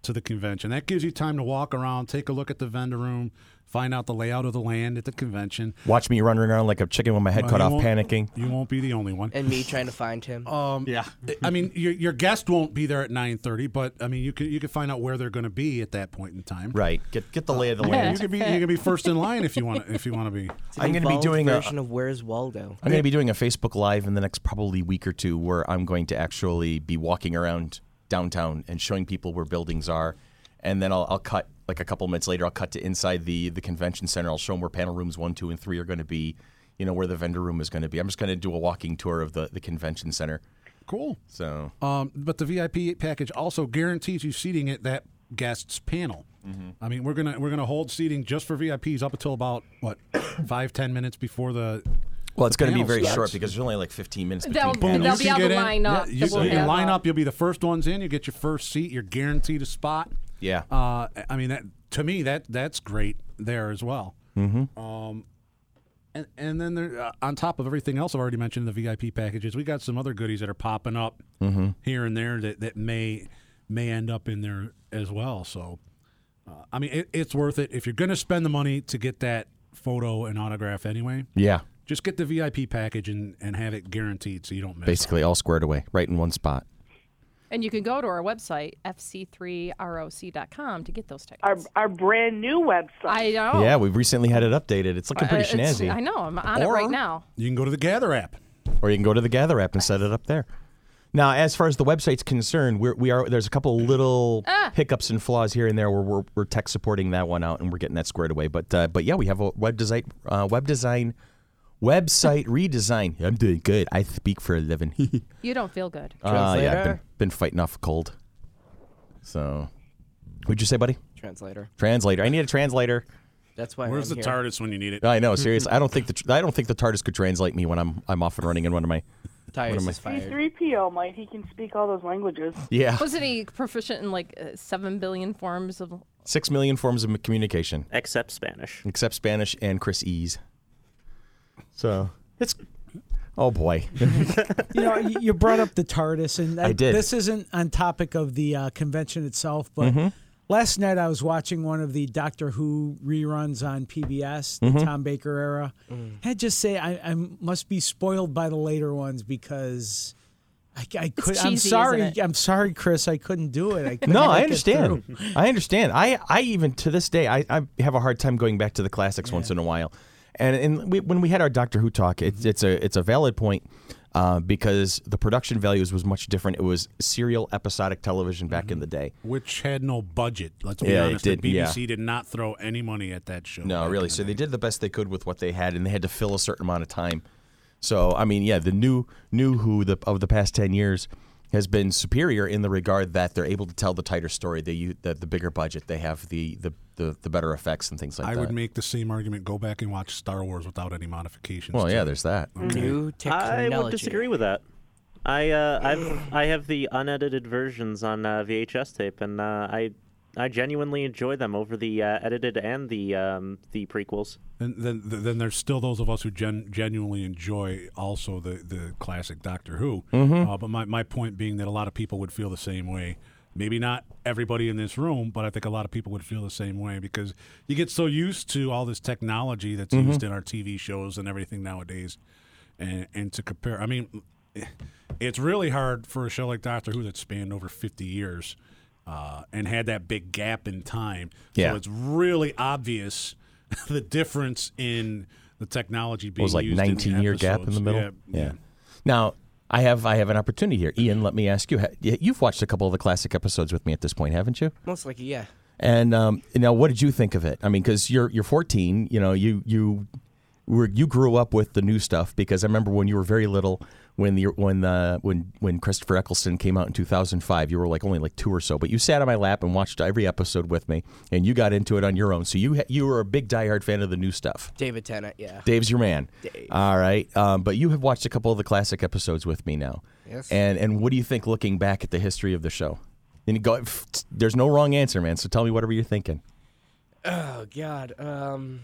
Speaker 3: to the convention. That gives you time to walk around, take a look at the vendor room, find out the layout of the land at the convention.
Speaker 2: Watch me running around like a chicken with my head
Speaker 3: Well,
Speaker 2: cut
Speaker 3: you
Speaker 2: off,
Speaker 3: won't-
Speaker 2: panicking.
Speaker 3: You won't be the only one.
Speaker 7: and me trying to find him.
Speaker 3: Um,
Speaker 2: Yeah.
Speaker 3: I mean, your, your guest won't be there at nine thirty, but I mean, you can you can find out where they're going to be at that point in time.
Speaker 2: Right. Get get the lay of the
Speaker 3: Yeah, you
Speaker 2: land.
Speaker 3: can be you can be first in line if you want if you want to be.
Speaker 7: It's an
Speaker 2: I'm gonna be
Speaker 7: evolved
Speaker 2: doing a-
Speaker 7: version of Where's Waldo.
Speaker 2: I'm going to be doing a Facebook Live in the next probably week or two where I'm going to actually be walking around downtown and showing people where buildings are. And then I'll, I'll cut, like a couple minutes later, I'll cut to inside the, the convention center. I'll show them where panel rooms one, two, and three are going to be, you know, where the vendor room is going to be. I'm just going to do a walking tour of the, the convention center.
Speaker 3: Cool.
Speaker 2: So,
Speaker 3: Um, but the VIP package also guarantees you seating at that guest's panel. I mean, we're gonna we're gonna hold seating just for VIPs up until about what five ten minutes before the.
Speaker 2: well, it's going to be
Speaker 3: panel
Speaker 2: very
Speaker 3: starts.
Speaker 2: short because there's only like 15 minutes
Speaker 5: They'll-
Speaker 2: between
Speaker 5: they'll
Speaker 2: panels.
Speaker 5: be able to line up
Speaker 3: Yeah, you,
Speaker 5: that we'll
Speaker 3: you
Speaker 5: have
Speaker 3: line
Speaker 5: up.
Speaker 3: up. You'll be the first ones in. You get your first seat. You're guaranteed a spot.
Speaker 2: Yeah.
Speaker 3: Uh, I mean, that to me that that's great there as well. Mm-hmm. Um, and and then there, uh, on top of everything else I've already mentioned, the VIP packages, we got some other goodies that are popping up here and there that, that may may end up in there as well. So, uh, I mean, it, it's worth it if you're going to spend the money to get that photo and autograph anyway.
Speaker 2: Yeah.
Speaker 3: Just get the VIP package and, and have it guaranteed so you don't miss. out.
Speaker 2: Basically, all squared away, right in one spot.
Speaker 5: And you can go to our website, fc3roc.com, to get those tickets.
Speaker 4: Our our brand new website.
Speaker 5: I know.
Speaker 2: Yeah, we've recently had it updated. It's looking pretty
Speaker 5: Oh. Uh, it's-
Speaker 2: snazzy.
Speaker 5: I know. I'm on it
Speaker 2: Or-
Speaker 5: right now.
Speaker 3: You can go to the Gather app.
Speaker 2: or you can go to the Gather app and set it up there. Now, as far as the website's concerned, we're, we are there's a couple little hiccups and flaws here and there where we're, we're tech supporting that one out and we're getting that squared away. But uh, but yeah, we have a web design uh, web design website redesign. I'm doing good. I speak for a living.
Speaker 5: You don't feel good.
Speaker 2: uh, yeah, I've been,
Speaker 7: Translator.
Speaker 2: been fighting off a cold. So, what'd you say, buddy?
Speaker 7: Translator.
Speaker 2: Translator. I need a translator.
Speaker 7: That's why.
Speaker 3: Where's
Speaker 7: I'm
Speaker 3: the
Speaker 7: here.
Speaker 3: TARDIS when you need it?
Speaker 2: I know. Seriously, I don't think the tr- I don't think the TARDIS could translate me when I'm I'm off and running in one of my
Speaker 7: Tyrus
Speaker 2: am I-
Speaker 7: is fired.
Speaker 4: C3PO, Mike. He can speak all those languages.
Speaker 2: yeah
Speaker 5: Wasn't he proficient in like uh, 7 billion forms of.
Speaker 2: six million forms of communication.
Speaker 1: Except Spanish.
Speaker 2: except Spanish and Chris E's. So it's oh boy,
Speaker 8: you know, y- you brought up the TARDIS, and
Speaker 2: I did.
Speaker 8: This isn't on topic of the uh, convention itself, but
Speaker 2: Mm-hmm.
Speaker 8: last night I was watching one of the Doctor Who reruns on PBS,
Speaker 2: Mm-hmm.
Speaker 8: the Tom Baker era.
Speaker 2: Mm.
Speaker 8: I'd just say I, I must be spoiled by the later ones because. I, I could. I'm
Speaker 5: cheesy,
Speaker 8: sorry.
Speaker 5: isn't it?
Speaker 8: I'm sorry, Chris. I couldn't do it. I couldn't
Speaker 2: no,
Speaker 8: make
Speaker 2: I
Speaker 8: it
Speaker 2: understand.
Speaker 8: through.
Speaker 2: I understand. I I even to this day I, I have a hard time going back to the classics once in a while, and and we, when we had our Doctor Who talk, it's it's a it's a valid point. Uh, because the production values was much different. It was serial episodic television back in the day.
Speaker 3: which had no budget. Let's be
Speaker 2: Yeah, it
Speaker 3: honest. The
Speaker 2: didn't, yeah.
Speaker 3: BBC did not throw any money at that show.
Speaker 2: No,
Speaker 3: back
Speaker 2: really.
Speaker 3: in the
Speaker 2: So
Speaker 3: day.
Speaker 2: they did the best they could with what they had, and they had to fill a certain amount of time. So I mean, yeah, the new new Who the, of the past ten years has been superior in the regard that they're able to tell the tighter story. They u- the, the bigger budget, they have the the, the, the better effects and things like
Speaker 3: I
Speaker 2: that.
Speaker 3: would make the same argument. Go back and watch Star Wars without any modifications.
Speaker 2: well,
Speaker 3: to
Speaker 2: yeah,
Speaker 3: it.
Speaker 2: there's that.
Speaker 7: New
Speaker 1: I
Speaker 7: technology.
Speaker 1: would disagree with that. I uh, I've I have the unedited versions on uh, VHS tape, and uh, I I genuinely enjoy them over the uh, edited and the um, the prequels.
Speaker 3: And then, th- then there's still those of us who gen- genuinely enjoy also the, the classic Doctor Who. Uh, but my, my point being that a lot of people would feel the same way. Maybe not everybody in this room, but I think a lot of people would feel the same way because you get so used to all this technology that's used in our TV shows and everything nowadays. And, and to compare, I mean, eh, it's really hard for a show like Doctor Who that spanned over 50 years uh, and had that big gap in time.
Speaker 2: Yeah.
Speaker 3: So it's really obvious the difference in the technology being
Speaker 2: It was like
Speaker 3: used in the
Speaker 2: 19 year gap in
Speaker 3: episodes.
Speaker 2: the middle.
Speaker 3: Yeah. yeah.
Speaker 2: Now I have I have an opportunity here, Ian. Let me ask you. ha- y- You've watched a couple of the classic episodes with me at this point, haven't you?
Speaker 7: Most likely, yeah.
Speaker 2: And um, now, what did you think of it? I mean, because you're you're 14, you know, you you were you grew up with the new stuff. Because I remember when you were very little, when the when the when when Christopher Eccleston came out in 2005, you were like only like two or so, but you sat on my lap and watched every episode with me, and you got into it on your own. So you ha- you were a big diehard fan of the new stuff.
Speaker 7: David Tennant, yeah.
Speaker 2: Dave's your man. Dave. All right, um, but you have watched a couple of the classic episodes with me now.
Speaker 7: Yes.
Speaker 2: And and what do you think looking back at the history of the show? And you go, "Pfft, there's no wrong answer, man. So tell me whatever you're thinking.
Speaker 7: Oh God. Um,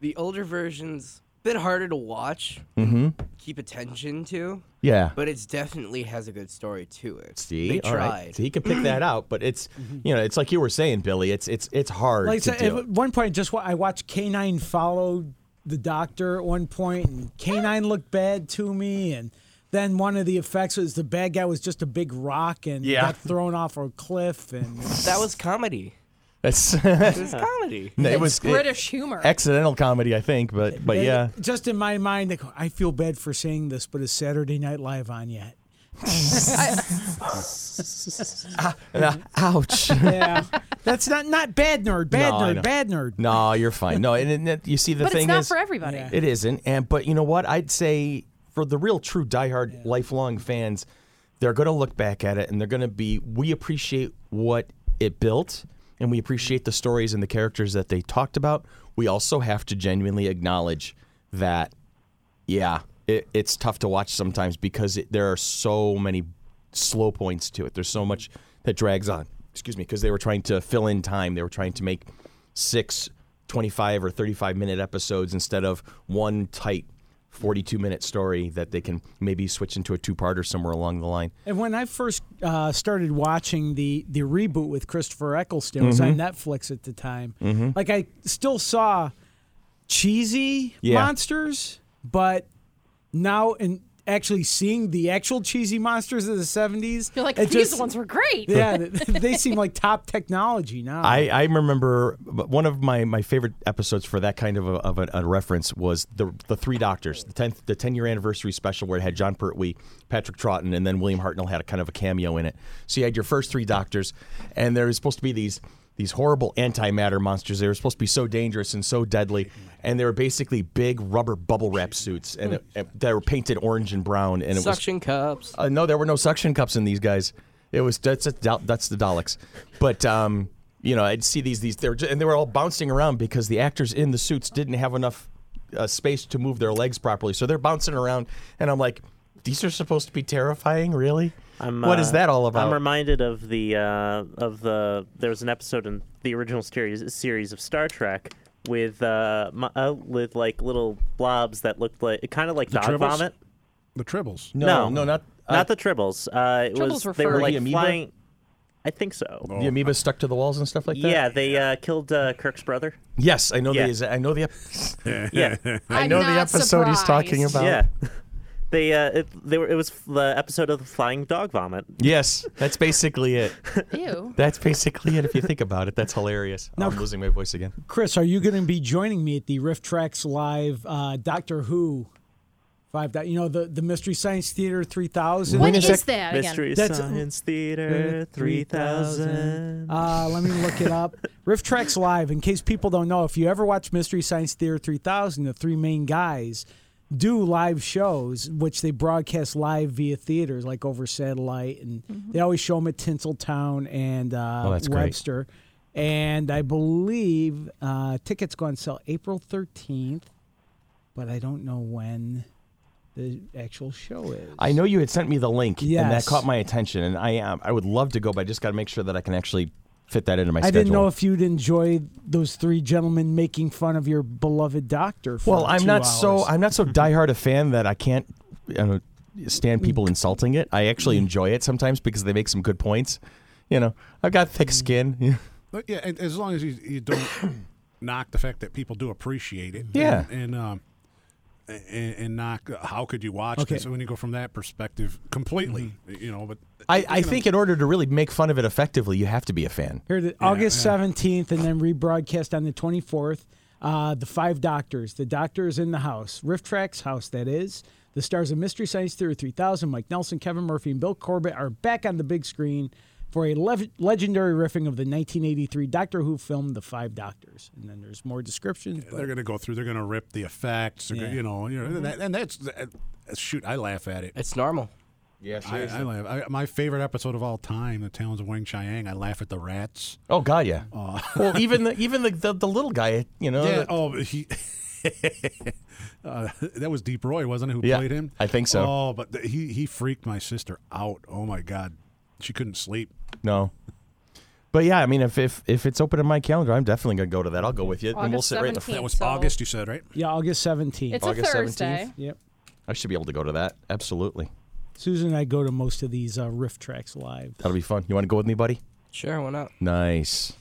Speaker 7: the older versions. bit harder to watch,
Speaker 2: Mm-hmm.
Speaker 7: keep attention to.
Speaker 2: Yeah.
Speaker 7: But it definitely has a good story to it.
Speaker 2: See,
Speaker 7: they
Speaker 2: all
Speaker 7: tried.
Speaker 2: right. So he can pick that out, but it's you know, it's like you were saying, Billy. It's it's it's hard
Speaker 8: Like I
Speaker 2: to
Speaker 8: said,
Speaker 2: do.
Speaker 8: at one point, just wa- I watched Canine follow the doctor at one point, and Canine looked bad to me, and then one of the effects was the bad guy was just a big rock and
Speaker 2: Yeah.
Speaker 8: got thrown off a cliff, and
Speaker 7: That was comedy.
Speaker 2: That's
Speaker 7: It was comedy.
Speaker 2: No, it was
Speaker 5: It's
Speaker 2: it-
Speaker 5: British humor.
Speaker 2: accidental comedy, I think, but but
Speaker 8: They-
Speaker 2: yeah.
Speaker 8: Just in my mind, they go, I feel bad for saying this, but is Saturday Night Live on yet?
Speaker 2: And, uh, ouch.
Speaker 8: Yeah, that's not not bad nerd, bad
Speaker 2: No, I know.
Speaker 8: nerd, bad nerd.
Speaker 2: no, you're fine. No, and, and you see the
Speaker 5: but
Speaker 2: thing
Speaker 5: it's not
Speaker 2: is
Speaker 5: for everybody.
Speaker 2: It isn't. And but you know what? I'd say for the real true diehard lifelong fans, they're going to look back at it and they're going to be we appreciate what it built and we appreciate the stories and the characters that they talked about. We also have to genuinely acknowledge that yeah, it, it's tough to watch sometimes because it, there are so many slow points to it. There's so much that drags on. Excuse me, because they were trying to fill in time. They were trying to make six 25 or 35 minute episodes instead of one tight 42 minute story that they can maybe switch into a two parter somewhere along the line.
Speaker 8: And when I first uh, started watching the the reboot with Christopher Eccleston, it was
Speaker 2: Mm-hmm.
Speaker 8: on Netflix at the time. Like I still saw cheesy
Speaker 2: Yeah.
Speaker 8: monsters, but now in actually seeing the actual cheesy monsters of the seventies,
Speaker 5: You're like,
Speaker 8: it
Speaker 5: these
Speaker 8: just-
Speaker 5: ones were great.
Speaker 8: Yeah, they seem like top technology now.
Speaker 2: I, I remember but one of my, my favorite episodes for that kind of a, of a, a reference was the the Three Doctors, the tenth the ten year anniversary special where it had John Pertwee, Patrick Troughton, and then William Hartnell had a kind of a cameo in it. So you had your first three Doctors, and there was supposed to be these these horrible antimatter monsters. They were supposed to be so dangerous and so deadly, and they were basically big rubber bubble wrap suits, and it, it- they were painted orange and brown, and it was
Speaker 7: Suction cups.
Speaker 2: uh, no, there were no suction cups in these guys. It was that's a, Dal- that's the Daleks, but um, you know I'd see these these they were ju- and they were all bouncing around because the actors in the suits didn't have enough uh, space to move their legs properly, so they're bouncing around, and I'm like, these are supposed to be terrifying, really?
Speaker 1: I'm,
Speaker 2: What
Speaker 1: uh,
Speaker 2: is that all
Speaker 1: I'm
Speaker 2: about?
Speaker 1: reminded of the uh, of the there was an episode in the original series series of Star Trek with uh, mo- uh with like little blobs that looked like kind of like dog
Speaker 3: tribbles?
Speaker 1: vomit.
Speaker 3: The Tribbles.
Speaker 2: no,
Speaker 1: no.
Speaker 2: no, not uh,
Speaker 1: Not the tribbles. Uh, it
Speaker 5: Tribbles
Speaker 1: was
Speaker 5: were
Speaker 1: they were
Speaker 5: furry.
Speaker 1: like
Speaker 2: The amoeba?
Speaker 1: flying. I think so.
Speaker 2: the amoeba stuck to Oh. the walls and stuff like that.
Speaker 1: Yeah, they uh, killed uh, Kirk's brother.
Speaker 2: Yes, I know
Speaker 1: Yeah.
Speaker 2: the the I know the ep-
Speaker 1: Yeah,
Speaker 5: i
Speaker 2: know the episode he's talking about.
Speaker 1: yeah. They uh, it, they were. It was the episode of the flying dog vomit.
Speaker 2: yes. That's basically it.
Speaker 5: Ew.
Speaker 2: That's basically it. If you think about it, that's hilarious. I'm losing my voice again.
Speaker 8: Chris, are you going to be joining me at the Rift Tracks Live uh, Doctor Who five? dot- You know the the Mystery Science Theater three thousand.
Speaker 5: What
Speaker 2: a
Speaker 5: is
Speaker 2: sec-
Speaker 5: that again?
Speaker 1: Mystery
Speaker 8: That's-
Speaker 1: Science Theater three thousand.
Speaker 8: Uh, let me look it up. Rift Tracks Live, in case people don't know, if you ever watch Mystery Science Theater 3000, the three main guys do live shows, which they broadcast live via theaters, like over satellite. And they always show them at Tinseltown and uh,
Speaker 2: Oh, that's great.
Speaker 8: Webster. And I believe uh, tickets go on sale April 13th, but I don't know when the actual show is.
Speaker 2: I know you had sent me the link, and that
Speaker 8: Yes.
Speaker 2: caught my attention, and I um, I would love to go, but I just got to make sure that I can actually fit that into my
Speaker 8: I
Speaker 2: schedule.
Speaker 8: didn't know if you'd enjoy those three gentlemen making fun of your beloved doctor. For
Speaker 2: well, I'm
Speaker 8: two
Speaker 2: not
Speaker 8: hours.
Speaker 2: so I'm not so diehard a fan that I can't you know,
Speaker 8: Mm.
Speaker 2: stand people insulting it. I actually enjoy it sometimes because they make some good points. You know, I've got
Speaker 8: Mm.
Speaker 2: thick skin.
Speaker 3: But yeah, and as long as you, you don't knock the fact that people do appreciate it.
Speaker 2: Yeah.
Speaker 3: And, and um and, and knock uh, how could you watch
Speaker 8: Okay. Mm-hmm.
Speaker 3: this when you go from that perspective completely, you know, but
Speaker 2: I, I think in order to really make fun of it effectively, you have to be a fan.
Speaker 8: Here, the, August seventeenth, and then rebroadcast on the twenty fourth. Uh, the five doctors, the doctors in the house, Rift Tracks house, that is. The stars of Mystery Science Theater three thousand, Mike Nelson, Kevin Murphy, and Bill Corbett are back on the big screen for a lev legendary riffing of the nineteen eighty three Doctor Who film, The Five Doctors. And then there's more descriptions.
Speaker 3: they're
Speaker 8: But
Speaker 3: going to go through. They're going to rip the effects. They're gonna,
Speaker 8: Yeah. Mm-hmm.
Speaker 3: you know, you know, and, that, and that's that- shoot. I laugh at it.
Speaker 7: It's normal.
Speaker 2: Yeah,
Speaker 3: I, I laugh. I, my favorite episode of all time, the Towns of Wang Chiang. I laugh at the rats.
Speaker 2: Oh God, yeah. well, even the even the, the, the little guy, you know.
Speaker 3: Yeah.
Speaker 2: that-
Speaker 3: Oh, he. uh, that was Deep Roy, wasn't it? Who
Speaker 2: Yeah,
Speaker 3: played him?
Speaker 2: I think so.
Speaker 3: Oh, but th- he he freaked my sister out. Oh my God, she couldn't sleep.
Speaker 2: No. But yeah, I mean, if if, if it's open in my calendar, I'm definitely gonna go to that. I'll go with you, and we'll
Speaker 5: August
Speaker 2: sit right in the.
Speaker 5: 17th.
Speaker 3: That was
Speaker 5: So-
Speaker 3: August, you said, right?
Speaker 8: Yeah, August 17th.
Speaker 5: It's
Speaker 2: August
Speaker 5: a Thursday.
Speaker 2: 17th?
Speaker 8: yep.
Speaker 2: I should be able to go to that. Absolutely,
Speaker 8: Susan and I go to most of these uh, riff tracks live.
Speaker 2: that'll be fun. You want to go with me, buddy?
Speaker 7: Sure, why not?
Speaker 2: Nice.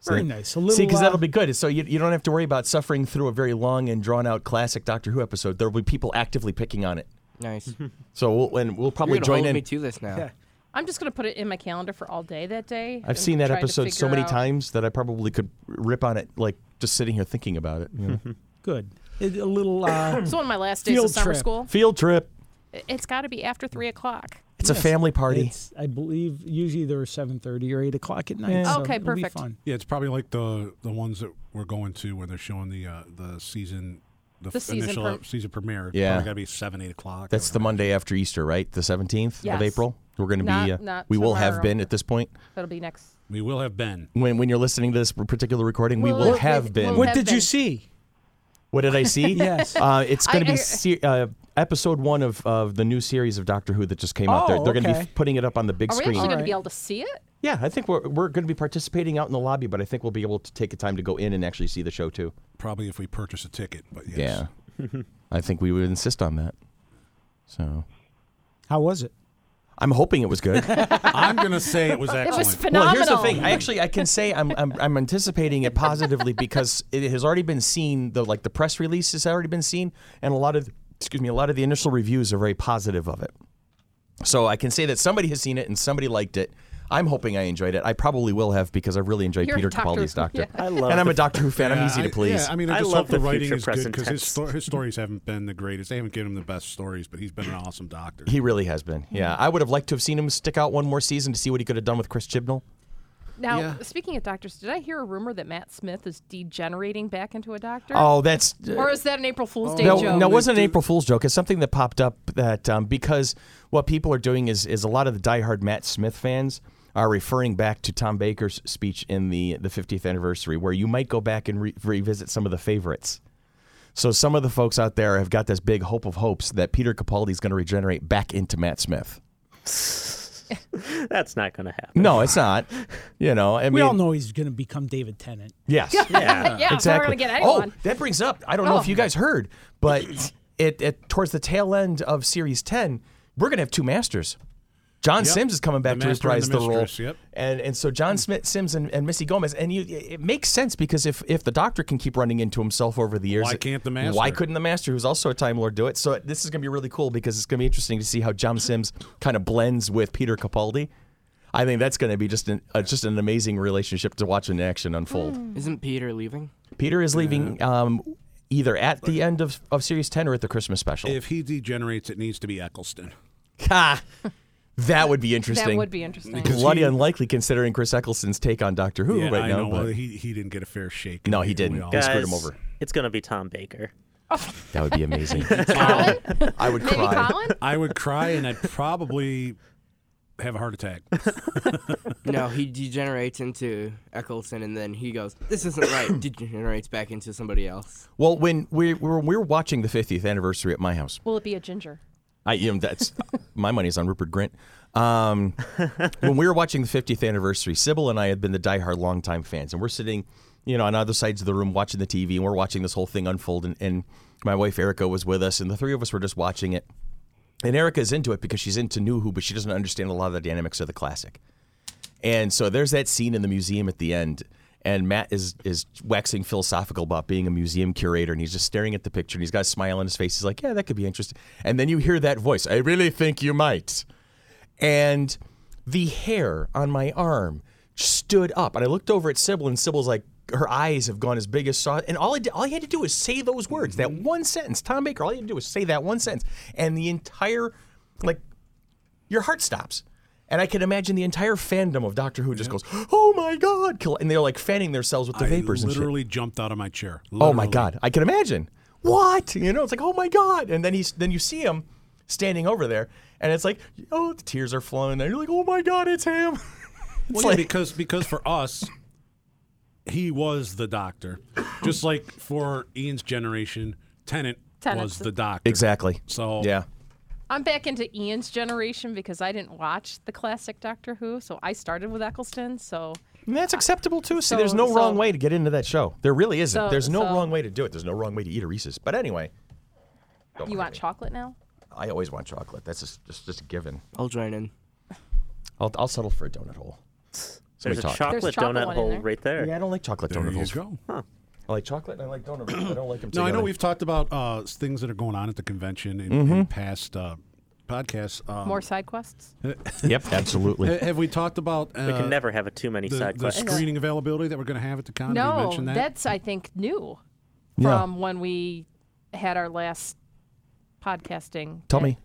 Speaker 2: So-
Speaker 8: Very nice. A little,
Speaker 2: See, because
Speaker 8: uh,
Speaker 2: that'll be good. So you, you don't have to worry about suffering through a very long and drawn out classic Doctor Who episode. There will be people actively picking on it.
Speaker 7: Nice. You're
Speaker 2: So we'll, and we'll probably
Speaker 7: gonna
Speaker 2: join
Speaker 7: hold
Speaker 2: in.
Speaker 7: me to this now.
Speaker 5: I'm just gonna put it in my calendar for all day that day.
Speaker 2: I've
Speaker 5: and
Speaker 2: seen that
Speaker 5: try to
Speaker 2: episode so
Speaker 5: figure
Speaker 2: many
Speaker 5: out-
Speaker 2: times that I probably could rip on it, like just sitting here thinking about it. you know?
Speaker 8: good. It, a little. Uh,
Speaker 5: It's one of my last days
Speaker 8: Field
Speaker 5: of summer
Speaker 8: trip.
Speaker 5: school.
Speaker 2: Field trip.
Speaker 5: I- It's got to be after three o'clock.
Speaker 2: It's a family party.
Speaker 8: it's, I believe usually they're 7:30 or 8 o'clock at night. so
Speaker 5: Okay,
Speaker 8: it'll be
Speaker 5: perfect.
Speaker 8: fun.
Speaker 3: Yeah, it's probably like the the ones that we're going to where they're showing the uh, the season, the,
Speaker 5: The
Speaker 3: f-
Speaker 5: season
Speaker 3: initial
Speaker 5: pre-
Speaker 3: uh, season premiere.
Speaker 2: Yeah.
Speaker 3: probably got to be seven, eight o'clock.
Speaker 2: That's the Monday after Easter, right? The seventeenth of
Speaker 5: Yes.
Speaker 2: April. We're going to
Speaker 5: Not-
Speaker 2: be. Uh,
Speaker 5: not
Speaker 2: we will have
Speaker 5: tomorrow.
Speaker 2: been at this point.
Speaker 5: That'll be next.
Speaker 3: we will have Ben.
Speaker 2: When when you're listening to this particular recording, we
Speaker 5: We'll
Speaker 2: will have
Speaker 5: have been-
Speaker 2: been.
Speaker 5: we'll
Speaker 2: What,
Speaker 5: have-
Speaker 8: What did you
Speaker 5: been.
Speaker 8: see?
Speaker 2: what did I see?
Speaker 8: Yes.
Speaker 2: Uh, it's
Speaker 5: I- er
Speaker 2: going to
Speaker 5: I-
Speaker 2: be se- uh, episode one of, of the new series of Doctor Who that just came out. They're,
Speaker 8: Oh,
Speaker 2: they're going to be
Speaker 8: okay.
Speaker 2: f- putting it up on the big
Speaker 5: Are we
Speaker 2: screen.
Speaker 5: actually gonna
Speaker 8: Alright.
Speaker 5: be able to see it?
Speaker 2: Yeah, I think we're, we're going to be participating out in the lobby, but I think we'll be able to take the time to go in and actually see the show too.
Speaker 3: Probably if we purchase a ticket, but yes.
Speaker 2: Yeah. I think we would insist on that. So
Speaker 8: How was it?
Speaker 2: I'm hoping it was good.
Speaker 3: I'm gonna say it was
Speaker 5: It
Speaker 3: excellent.
Speaker 5: was phenomenal.
Speaker 2: well, here's the thing. I actually I can say I'm, I'm I'm anticipating it positively because it has already been seen. The like the press release has already been seen, and a lot of excuse me, a lot of the initial reviews are very positive of it. So I can say that somebody has seen it and somebody liked it. I'm hoping I enjoyed it. I probably will have because I really enjoyed
Speaker 5: You're a
Speaker 2: Peter
Speaker 5: doctor.
Speaker 2: Capaldi's Doctor,
Speaker 5: Yeah.
Speaker 1: I love
Speaker 2: and I'm
Speaker 1: the-
Speaker 2: a Doctor Who fan. I'm
Speaker 3: Yeah,
Speaker 2: easy
Speaker 3: I-
Speaker 2: to please.
Speaker 3: Yeah, I mean, I
Speaker 1: I
Speaker 3: just
Speaker 1: love
Speaker 3: hope the
Speaker 1: the
Speaker 3: writing
Speaker 1: future
Speaker 3: is good
Speaker 1: present
Speaker 3: because his,
Speaker 1: tense.
Speaker 3: sto- his stories haven't been the greatest. They haven't given him the best stories, but he's been an awesome doctor.
Speaker 2: He really has been. Yeah, I would have liked to have seen him stick out one more season to see what he could have done with Chris Chibnall.
Speaker 5: Now,
Speaker 3: Yeah.
Speaker 5: speaking of doctors, did I hear a rumor that Matt Smith is degenerating back into a doctor?
Speaker 2: Oh, that's
Speaker 5: or is that an April Fool's Day
Speaker 2: no,
Speaker 5: joke?
Speaker 2: no, it wasn't an April Fool's joke. It's something that popped up that um, because what people are doing is is a lot of the diehard Matt Smith fans are referring back to Tom Baker's speech in the the 50th anniversary, where you might go back and re- revisit some of the favorites. So some of the folks out there have got this big hope of hopes that Peter Capaldi is going to regenerate back into Matt Smith.
Speaker 1: That's not going to happen.
Speaker 2: No, it's not. You know, I
Speaker 8: We
Speaker 2: mean,
Speaker 8: all know he's going to become David Tennant.
Speaker 2: Yes.
Speaker 5: Yeah, yeah we're not
Speaker 2: exactly.
Speaker 5: gonna get
Speaker 2: oh,
Speaker 5: anyone.
Speaker 2: that brings up. I don't know if
Speaker 5: Oh.
Speaker 2: you guys heard, but it, it towards the tail end of series ten, we're gonna have two masters. John
Speaker 3: Yep.
Speaker 2: Sims is coming back
Speaker 3: The
Speaker 2: to
Speaker 3: master and
Speaker 2: reprise the,
Speaker 3: the
Speaker 2: role,
Speaker 3: mistress, yep. Mm.
Speaker 2: and and so John Smith, Sims, and, and Missy Gomez, and you, it makes sense because if if the Doctor can keep running into himself over the years,
Speaker 3: Why can't the Master?
Speaker 2: Why couldn't the Master, who's also a Time Lord, do it? So this is gonna be really cool because it's gonna be interesting to see how John Sims kind of blends with Peter Capaldi. I think that's gonna be just an uh, just an amazing relationship to watch in action unfold.
Speaker 5: Hmm.
Speaker 7: Isn't Peter leaving?
Speaker 2: Peter is leaving um, either at the end of, of series 10 or at the Christmas special.
Speaker 3: If he degenerates, it needs to be Eccleston.
Speaker 2: Ha! that would be interesting.
Speaker 5: That would be interesting.
Speaker 3: Because
Speaker 2: bloody
Speaker 3: he-
Speaker 2: unlikely considering Chris Eccleston's take on Doctor Who
Speaker 3: Yeah,
Speaker 2: right
Speaker 3: I
Speaker 2: now.
Speaker 3: know.
Speaker 2: but
Speaker 3: well, he he didn't get a fair shake.
Speaker 2: No, he
Speaker 3: We
Speaker 2: didn't.
Speaker 3: all-
Speaker 2: Guys, screwed him
Speaker 1: Guys,
Speaker 2: over.
Speaker 1: It's going to be Tom Baker.
Speaker 2: that would be amazing.
Speaker 5: Colin?
Speaker 2: I would
Speaker 5: Maybe
Speaker 2: cry.
Speaker 5: Colin?
Speaker 3: I would cry, and I'd probably have a heart attack.
Speaker 7: No, he degenerates into Eccleston, and then he goes, "This isn't right." degenerates back into somebody else.
Speaker 2: Well, when we were we were watching the 50th anniversary at my house,
Speaker 5: Will it be a ginger?
Speaker 2: I am. That's my money's on Rupert Grint. Um, when we were watching the 50th anniversary, Sybil and I had been the diehard longtime fans, and we're sitting, you know, on either sides of the room watching the TV, and we're watching this whole thing unfold. And, and my wife Erica was with us, and the three of us were just watching it. And Erica's into it because she's into New Who, but she doesn't understand a lot of the dynamics of the classic. And so there's that scene in the museum at the end, and Matt is is waxing philosophical about being a museum curator, and he's just staring at the picture, and he's got a smile on his face. He's like, "Yeah, that could be interesting." And then you hear that voice. I really think you might. And the hair on my arm stood up, and I looked over at Sybil, and Sybil's like, her eyes have gone as big as saw. And all I did, all I had to do was say those words, that one sentence. Tom Baker, all you had to do was say that one sentence, and the entire, like, your heart stops. And I can imagine the entire fandom of Doctor Who just goes, "Oh my god!" kill-" And they're like fanning themselves with the
Speaker 3: I
Speaker 2: vapors and shit.
Speaker 3: literally jumped out of my chair.
Speaker 2: Oh my
Speaker 3: Literally.
Speaker 2: god, I can imagine. What you know? It's like oh my god, and then he's then you see him standing over there, and it's like oh the tears are flowing. And you're like oh my god, it's him.
Speaker 3: Well,
Speaker 2: It's
Speaker 3: yeah,
Speaker 2: like-
Speaker 3: because because for us, he was the doctor, just like for Ian's generation, Tennant was
Speaker 5: Tennant's-
Speaker 3: the doctor.
Speaker 2: Exactly.
Speaker 3: So
Speaker 2: Yeah.
Speaker 5: I'm back into Ian's generation because I didn't watch the classic Doctor Who, so I started with Eccleston. So
Speaker 2: And that's acceptable too. See, there's no
Speaker 5: So-
Speaker 2: wrong
Speaker 5: so-
Speaker 2: way to get into that show. There really isn't.
Speaker 5: So-
Speaker 2: there's no
Speaker 5: so-
Speaker 2: wrong way to do it. There's no wrong way to eat a Reese's. But anyway, don't
Speaker 5: You
Speaker 2: mind
Speaker 5: want
Speaker 2: me.
Speaker 5: chocolate now?
Speaker 2: I always want chocolate. That's just just, just a given.
Speaker 7: I'll join in.
Speaker 2: I'll, I'll settle for a donut hole.
Speaker 1: There's
Speaker 2: Somebody
Speaker 1: a
Speaker 2: talk.
Speaker 1: chocolate,
Speaker 5: There's a chocolate
Speaker 1: donut
Speaker 5: one in
Speaker 1: hole
Speaker 5: there.
Speaker 1: right there.
Speaker 2: Yeah, I don't like chocolate
Speaker 3: There
Speaker 2: donut
Speaker 3: you
Speaker 2: holes.
Speaker 3: go.
Speaker 2: I like chocolate and I like donut holes. I don't like them
Speaker 3: No,
Speaker 2: together.
Speaker 3: I know we've talked about uh, s- things that are going on at the convention in,
Speaker 1: Mm-hmm.
Speaker 3: in past uh, podcasts. Um,
Speaker 5: More side quests?
Speaker 2: Yep, absolutely.
Speaker 3: ha- have we talked about uh,
Speaker 1: We can never have a too many
Speaker 3: the,
Speaker 1: side
Speaker 3: the
Speaker 1: questions.
Speaker 3: screening availability that we're going to have at the con? Did we
Speaker 5: No,
Speaker 3: mention that?
Speaker 5: that's I think new
Speaker 2: No.
Speaker 5: from when we had our last podcasting.
Speaker 2: Tell me.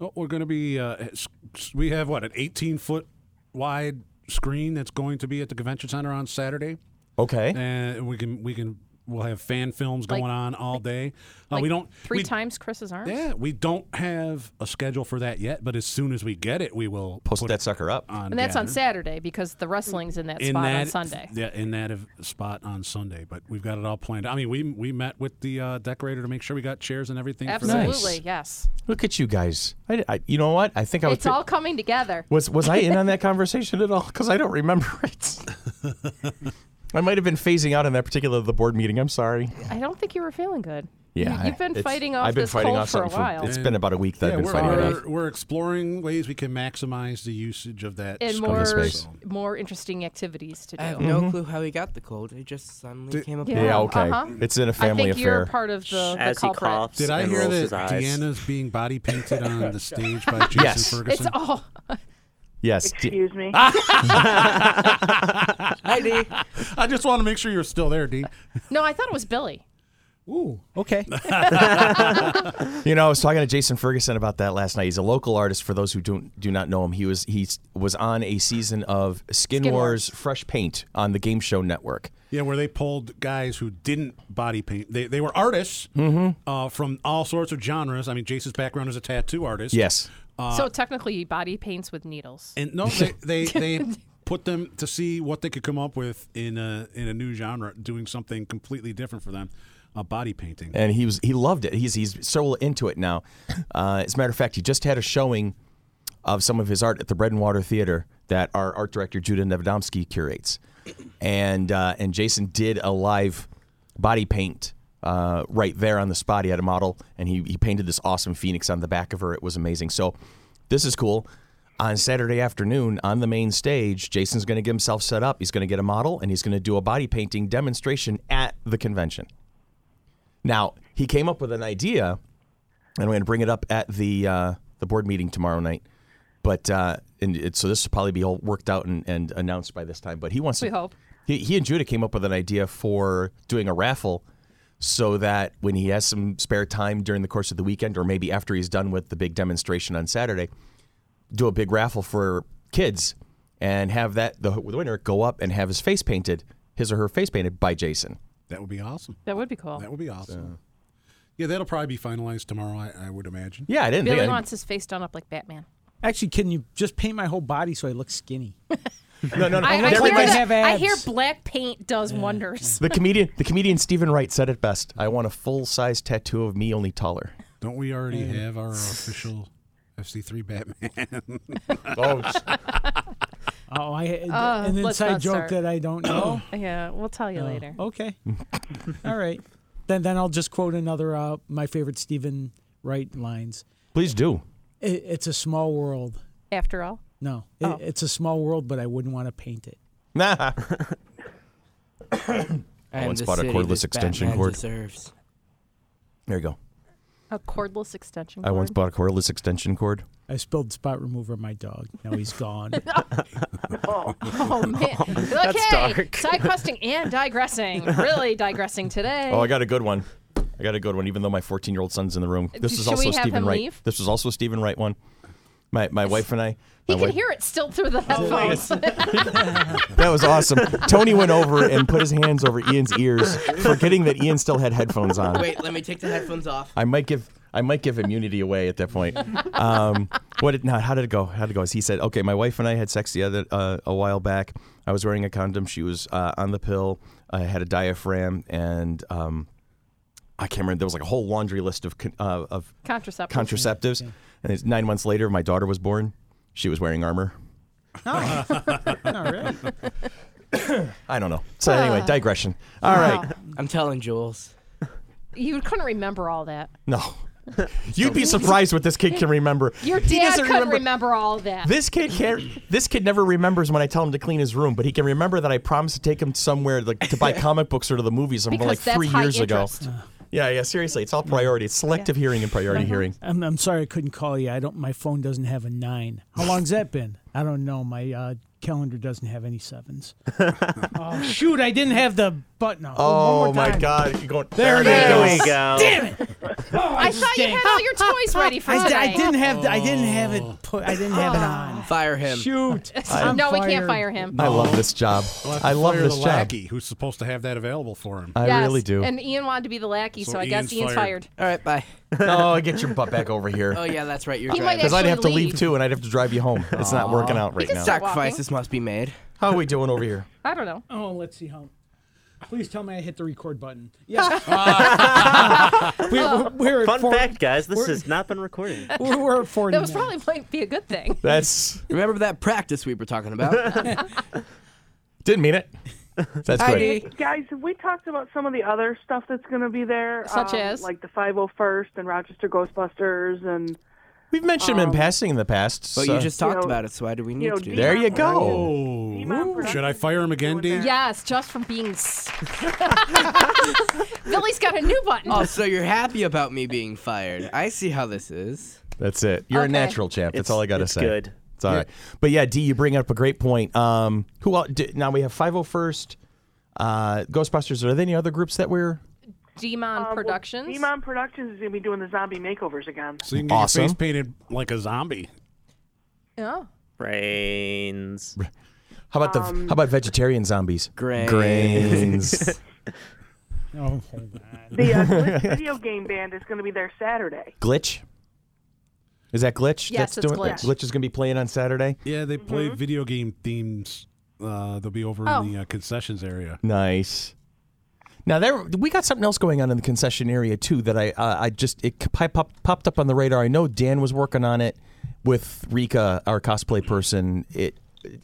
Speaker 3: Well, we're going to be. Uh, s- s- we have what an 18 foot wide screen that's going to be at the convention center on Saturday,
Speaker 2: Okay.
Speaker 3: and we can we can we'll have fan films
Speaker 5: Like-
Speaker 3: going on all day. Uh,
Speaker 5: Like
Speaker 3: we don't
Speaker 5: three
Speaker 3: we-
Speaker 5: times Chris's arms.
Speaker 3: Yeah, we don't have a schedule for that yet, but as soon as we get it, we will
Speaker 2: Post
Speaker 3: put
Speaker 2: that sucker up.
Speaker 3: on.
Speaker 5: And that's
Speaker 3: yeah.
Speaker 5: on Saturday because the wrestling's in that
Speaker 3: in
Speaker 5: spot
Speaker 3: that
Speaker 5: on Sunday.
Speaker 3: Yeah, in that ev- spot on Sunday. But we've got it all planned. I mean, we we met with the uh, decorator to make sure we got chairs and everything. For that.
Speaker 5: Absolutely, yes.
Speaker 2: Look at you guys. I, I- you know what? I think I was
Speaker 5: It's all coming together.
Speaker 2: was was I in on that conversation at all? Because I don't remember it. I might have been phasing out on that particular the board meeting. I'm sorry.
Speaker 5: I don't think you were feeling good.
Speaker 2: Yeah,
Speaker 5: you, have been
Speaker 2: it's-
Speaker 5: fighting off
Speaker 2: I've been
Speaker 5: this
Speaker 2: fighting
Speaker 5: cold
Speaker 2: off
Speaker 5: for
Speaker 2: something
Speaker 5: a
Speaker 2: for-
Speaker 5: while.
Speaker 2: It's been about a week that
Speaker 3: yeah,
Speaker 2: I've been
Speaker 3: we're,
Speaker 2: fighting it off.
Speaker 3: we're, we're exploring ways we can maximize the usage of that
Speaker 5: and
Speaker 3: space.
Speaker 5: more
Speaker 2: space.
Speaker 5: more interesting activities to do.
Speaker 7: I have no clue how he got the cold. It just suddenly came up.
Speaker 5: Yeah.
Speaker 2: Yeah,
Speaker 5: Yeah,
Speaker 2: okay.
Speaker 5: uh-huh.
Speaker 2: It's in a
Speaker 5: I
Speaker 2: family
Speaker 5: think you're
Speaker 2: affair.
Speaker 5: part of the, the
Speaker 1: As he
Speaker 5: culprit.
Speaker 1: coughs
Speaker 3: Did I
Speaker 1: and
Speaker 3: hear
Speaker 1: rolls his
Speaker 3: that
Speaker 1: eyes.
Speaker 3: Deanna's being body painted on the stage by Jason
Speaker 2: Yes.
Speaker 5: It's
Speaker 3: Ferguson?
Speaker 5: all
Speaker 2: yes.
Speaker 4: Excuse me.
Speaker 2: Ah!
Speaker 7: Hi, D.
Speaker 3: I just want to make sure you're still there, Dee.
Speaker 5: No, I thought it was Billy.
Speaker 6: Ooh, okay.
Speaker 2: You know, I was talking to Jason Ferguson about that last night. He's a local artist. For those who don't do not know him, he was he was on a season of Skin,
Speaker 5: Skin
Speaker 2: Wars Fresh Paint on the Game Show Network.
Speaker 3: Yeah, where they pulled guys who didn't body paint. They, they were artists
Speaker 2: Mm-hmm.
Speaker 3: uh, from all sorts of genres. I mean, Jason's background is a tattoo artist.
Speaker 2: Yes.
Speaker 3: Uh,
Speaker 5: so technically, he body paints with needles.
Speaker 3: And no, they they, they put them to see what they could come up with in a in a new genre, doing something completely different for them, uh, body painting.
Speaker 2: and he was he loved it. He's he's so into it now. Uh, as a matter of fact, he just had a showing of some of his art at the Bread and Water Theater that our art director Judah Nevedomsky curates, and uh, and Jason did a live body paint. Uh, right there on the spot, he had a model, and he, he painted this awesome phoenix on the back of her. It was amazing. So, this is cool. On Saturday afternoon, on the main stage, Jason's going to get himself set up. He's going to get a model, and he's going to do a body painting demonstration at the convention. Now he came up with an idea, and we're going to bring it up at the uh, the board meeting tomorrow night. But uh, and it, so this will probably be all worked out and, and announced by this time. But he wants
Speaker 5: We
Speaker 2: to.
Speaker 5: hope.
Speaker 2: He, he and Judah came up with an idea for doing a raffle, so that when he has some spare time during the course of the weekend, or maybe after he's done with the big demonstration on Saturday, do a big raffle for kids and have that the, the winner go up and have his face painted, his or her face painted by Jason.
Speaker 3: That would be awesome.
Speaker 5: That would be cool.
Speaker 3: That would be awesome. Yeah, that'll probably be finalized tomorrow. I, I would imagine.
Speaker 2: Yeah, I didn't
Speaker 5: Billy
Speaker 2: think. I-
Speaker 5: wants his face done up like Batman.
Speaker 6: Actually, can you just paint my whole body so I look skinny?
Speaker 2: no, no, no.
Speaker 6: Oh
Speaker 5: I, I
Speaker 2: Everybody-
Speaker 5: hear
Speaker 6: might
Speaker 5: that-
Speaker 6: have
Speaker 5: I hear
Speaker 6: abs.
Speaker 5: black paint does wonders.
Speaker 2: The comedian, the comedian Stephen Wright said it best. I want a full size tattoo of me, only taller.
Speaker 3: Don't we already have our official FC3 Batman?
Speaker 2: Oh,
Speaker 6: Oh, I
Speaker 5: Uh,
Speaker 6: an
Speaker 5: let's
Speaker 6: inside
Speaker 5: not
Speaker 6: joke
Speaker 5: start.
Speaker 6: that I don't know.
Speaker 5: Yeah, we'll tell
Speaker 6: Oh.
Speaker 5: you later.
Speaker 6: okay, all right. Then then I'll just quote another uh, my favorite Stephen Wright lines.
Speaker 2: please do.
Speaker 6: It, it's a small world.
Speaker 5: After all,
Speaker 6: No, it,
Speaker 5: Oh.
Speaker 6: it's a small world, but I wouldn't want to paint it.
Speaker 2: Nah.
Speaker 7: I am
Speaker 2: once
Speaker 7: the
Speaker 2: bought a
Speaker 7: city
Speaker 2: cordless
Speaker 7: this
Speaker 2: extension
Speaker 7: Batman
Speaker 2: cord.
Speaker 7: Deserves.
Speaker 2: There you go.
Speaker 5: a cordless extension.
Speaker 2: I
Speaker 5: cord.
Speaker 2: once bought a cordless extension cord.
Speaker 6: I spilled spot remover on my dog. Now he's gone.
Speaker 5: Oh man, okay.
Speaker 1: dark.
Speaker 5: Side questing and digressing. Really digressing today.
Speaker 2: Oh, I got a good one. I got a good one. Even though my 14 year old son's in the room, this is
Speaker 5: Should we
Speaker 2: also
Speaker 5: have
Speaker 2: Stephen
Speaker 5: him
Speaker 2: Wright.
Speaker 5: leave?
Speaker 2: This was also a Stephen Wright one. My my wife and I.
Speaker 5: he
Speaker 2: my
Speaker 5: can
Speaker 2: wife-
Speaker 5: hear it still through the headphones.
Speaker 2: That was awesome. Tony went over and put his hands over Ian's ears, forgetting that Ian still had headphones on.
Speaker 7: Wait, let me take the headphones off.
Speaker 2: I might give I might give immunity away at that point. Um, what did no, How did it go? How did it go? He said, "Okay, my wife and I had sex the other uh, a while back. I was wearing a condom. She was uh, on the pill. I had a diaphragm, and um, I can't remember. There was like a whole laundry list of con- uh, of
Speaker 5: Contraceptive.
Speaker 2: contraceptives. And it's nine months later, my daughter was born. She was wearing armor.
Speaker 6: all right.
Speaker 2: I don't know. So anyway, digression. All right.
Speaker 5: Ah. Wow.
Speaker 7: I'm telling Jules.
Speaker 5: You couldn't remember all that.
Speaker 2: No. You'd be surprised what this kid can remember.
Speaker 5: Your
Speaker 2: He
Speaker 5: dad
Speaker 2: doesn't
Speaker 5: couldn't remember, all that.
Speaker 2: This kid can This kid never remembers when I tell him to clean his room, but he can remember that I promised to take him somewhere like to buy comic books or to the movies from
Speaker 5: because
Speaker 2: like
Speaker 5: that's
Speaker 2: three
Speaker 5: high
Speaker 2: years
Speaker 5: interest.
Speaker 2: ago. Yeah, yeah. Seriously, it's all priority. It's selective hearing and priority hearing.
Speaker 6: I'm, I'm sorry I couldn't call you. I don't. My phone doesn't have a nine. How long's that been? I don't know. My uh, calendar doesn't have any sevens. oh shoot! I didn't have the button. on. One
Speaker 2: Oh
Speaker 6: more
Speaker 2: my
Speaker 6: time.
Speaker 2: God! You're going
Speaker 6: There it
Speaker 1: There
Speaker 2: you
Speaker 1: we
Speaker 2: go.
Speaker 1: go.
Speaker 5: Oh, I thought you had all your toys ready for
Speaker 6: I,
Speaker 5: today.
Speaker 6: I didn't have. the- I didn't have it.
Speaker 2: Oh.
Speaker 6: Put, I didn't have it on.
Speaker 7: Fire
Speaker 5: Oh.
Speaker 7: him.
Speaker 6: Shoot! I'm
Speaker 5: no, we
Speaker 6: fired.
Speaker 5: can't fire him.
Speaker 2: I love this job.
Speaker 3: We'll have to
Speaker 2: I love
Speaker 3: fire
Speaker 2: this
Speaker 3: the
Speaker 2: job. Uh,
Speaker 3: lackey who's supposed to have that available for him.
Speaker 2: I
Speaker 5: Yes,
Speaker 2: really do.
Speaker 5: And Ian wanted to be the lackey, so,
Speaker 3: So
Speaker 5: I guess
Speaker 3: Ian's
Speaker 5: Ian's
Speaker 3: fired.
Speaker 5: fired.
Speaker 7: All right, bye.
Speaker 2: oh, get your butt back over here.
Speaker 7: Oh yeah, that's right. You're
Speaker 5: He might
Speaker 7: driving.
Speaker 2: Because I'd
Speaker 5: actually
Speaker 2: have to leave.
Speaker 5: leave.
Speaker 2: too, and I'd have to drive you home. It's not working out right
Speaker 5: can
Speaker 2: now.
Speaker 5: stop.
Speaker 7: Sacrifices must be made.
Speaker 2: How are we doing over here?
Speaker 5: I don't know.
Speaker 6: Oh, let's see how. Please tell me I hit the record button. Yeah. we're, we're at
Speaker 1: Fun
Speaker 6: four,
Speaker 1: fact, guys, this
Speaker 6: we're-
Speaker 1: has not been recorded.
Speaker 6: We're, we're at 40
Speaker 5: That was
Speaker 6: minutes.
Speaker 5: probably might be a good thing.
Speaker 2: That's
Speaker 7: Remember that practice we were talking about?
Speaker 2: didn't mean it. That's great.
Speaker 7: Heidi.
Speaker 4: Guys, have we talked about some of the other stuff that's going to be there?
Speaker 5: Such
Speaker 4: Um,
Speaker 5: as?
Speaker 4: Like the 501st and Rochester Ghostbusters and,
Speaker 2: We've mentioned him
Speaker 5: Um,
Speaker 2: in passing in the past.
Speaker 7: But
Speaker 2: so-
Speaker 7: you just talked
Speaker 4: know,
Speaker 7: about it, so why do we need
Speaker 4: you know,
Speaker 7: to do
Speaker 4: Dean-
Speaker 7: that?
Speaker 2: there you go.
Speaker 3: Oh,
Speaker 4: Demon Productions
Speaker 3: should I fire him again,
Speaker 4: doing Uh,
Speaker 3: Dean?
Speaker 4: that.
Speaker 5: Yes, just from being. S- Billy's got a new button.
Speaker 7: Oh, so you're happy about me being fired? I see how this is.
Speaker 2: That's it. You're a
Speaker 5: Okay.
Speaker 2: natural champ. That's all I gotta
Speaker 1: it's
Speaker 2: say.
Speaker 1: good.
Speaker 2: It's all right. But yeah, D, you bring up a great point. Um, who else? d- Now we have 501st, uh, Ghostbusters. Are there any other groups that we're?
Speaker 5: Demon
Speaker 4: Um, well,
Speaker 5: Productions.
Speaker 4: Demon Productions is going to be doing the zombie makeovers again.
Speaker 3: So you can get your
Speaker 2: Awesome.
Speaker 3: face painted like a zombie.
Speaker 5: Oh.
Speaker 1: Brains.
Speaker 2: How about the? How about vegetarian zombies?
Speaker 7: Grains.
Speaker 2: Grains.
Speaker 6: Oh, hold on.
Speaker 4: The uh, Glitch video game band is going to be there Saturday.
Speaker 2: glitch. Is that glitch?
Speaker 5: Yes, it's
Speaker 2: doing
Speaker 5: Glitch.
Speaker 2: Glitch is gonna be playing on Saturday.
Speaker 3: Yeah, they play video game themes. Uh, they'll be over
Speaker 5: Oh.
Speaker 3: in the uh, concessions area.
Speaker 2: Nice. Now there, we got something else going on in the concession area too. That I, uh, I just it pop, pop- popped up on the radar. I know Dan was working on it with Rika, our cosplay person. It,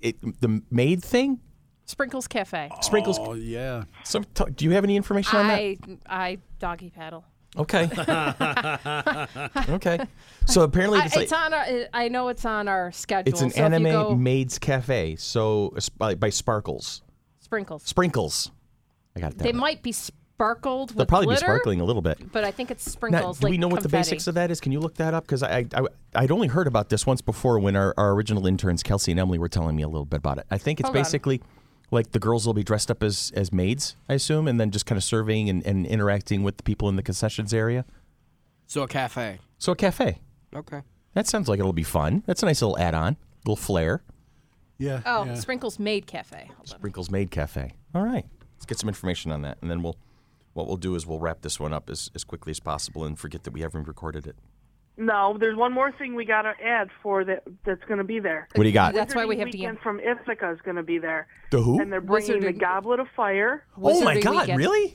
Speaker 2: it the maid thing.
Speaker 5: Sprinkles Cafe.
Speaker 2: Sprinkles.
Speaker 3: Oh yeah,
Speaker 2: Some, t- do you have any information on that?
Speaker 5: I I doggy paddle.
Speaker 2: Okay. okay. So apparently,
Speaker 5: I,
Speaker 2: it's, like,
Speaker 5: it's on. Our, I know it's on our schedule.
Speaker 2: it's an
Speaker 5: so if
Speaker 2: anime
Speaker 5: you go,
Speaker 2: maids cafe. So uh, by, by Sparkles,
Speaker 5: sprinkles.
Speaker 2: Sprinkles. I got that.
Speaker 5: They
Speaker 2: right.
Speaker 5: might be sparkled
Speaker 2: They'll
Speaker 5: with
Speaker 2: probably
Speaker 5: glitter,
Speaker 2: be sparkling a little bit.
Speaker 5: but I think it's
Speaker 2: Now,
Speaker 5: sprinkles.
Speaker 2: do
Speaker 5: like
Speaker 2: we know what the
Speaker 5: confetti.
Speaker 2: basics of that is? Can you look that up? Because I, I, I, would only heard about this once before when our, our original interns, Kelsey and Emily, were telling me a little bit about it. I think it's
Speaker 5: Hold on.
Speaker 2: basically like the girls will be dressed up as, as maids, I assume, and then just kind of serving and, and interacting with the people in the concessions area.
Speaker 7: So a cafe.
Speaker 2: So a cafe.
Speaker 7: Okay.
Speaker 2: That sounds like it'll be fun. That's a nice little add on, little flair.
Speaker 3: yeah.
Speaker 5: Oh,
Speaker 3: yeah.
Speaker 5: sprinkles made cafe. Hold on.
Speaker 2: Sprinkles Maid Cafe. All right. Let's get some information on that, and then we'll. What we'll do is we'll wrap this one up as, as quickly as possible and forget that we haven't recorded it.
Speaker 4: No, there's one more thing we got to add for that that's going to be there.
Speaker 2: What do you got?
Speaker 5: That's why we have to.
Speaker 4: Weekend from Ithaca is going to be there.
Speaker 2: The who?
Speaker 4: And they're bringing the
Speaker 5: Wizarding-
Speaker 4: Goblet of Fire
Speaker 2: Oh my
Speaker 5: Wizardry
Speaker 2: God!
Speaker 5: Weekend.
Speaker 2: Really?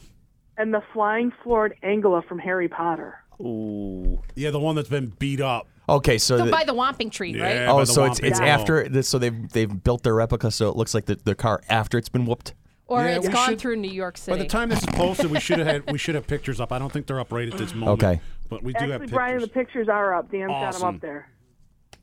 Speaker 4: and the Flying Floored Angela from Harry Potter.
Speaker 1: Ooh.
Speaker 3: Yeah, the one that's been beat up.
Speaker 2: Okay, so,
Speaker 5: So
Speaker 2: the-
Speaker 5: by the Whomping Tree,
Speaker 3: Yeah.
Speaker 5: right?
Speaker 2: oh,
Speaker 3: by the
Speaker 2: so it's
Speaker 3: Whomping
Speaker 2: it's
Speaker 3: Wall.
Speaker 2: after this, so they've they've built their replica, so it looks like the, the car after it's been whooped.
Speaker 5: Or
Speaker 3: Yeah,
Speaker 5: it's
Speaker 3: we
Speaker 5: gone
Speaker 3: should-
Speaker 5: through New York
Speaker 3: By
Speaker 5: City.
Speaker 3: the time this is posted, we should have had we should have pictures up. I don't think they're up right at this moment.
Speaker 2: Okay.
Speaker 3: but we do have
Speaker 4: Actually,
Speaker 3: pictures.
Speaker 4: Brian, the pictures are up. Dan's got 'em got them
Speaker 3: Awesome.
Speaker 4: up there.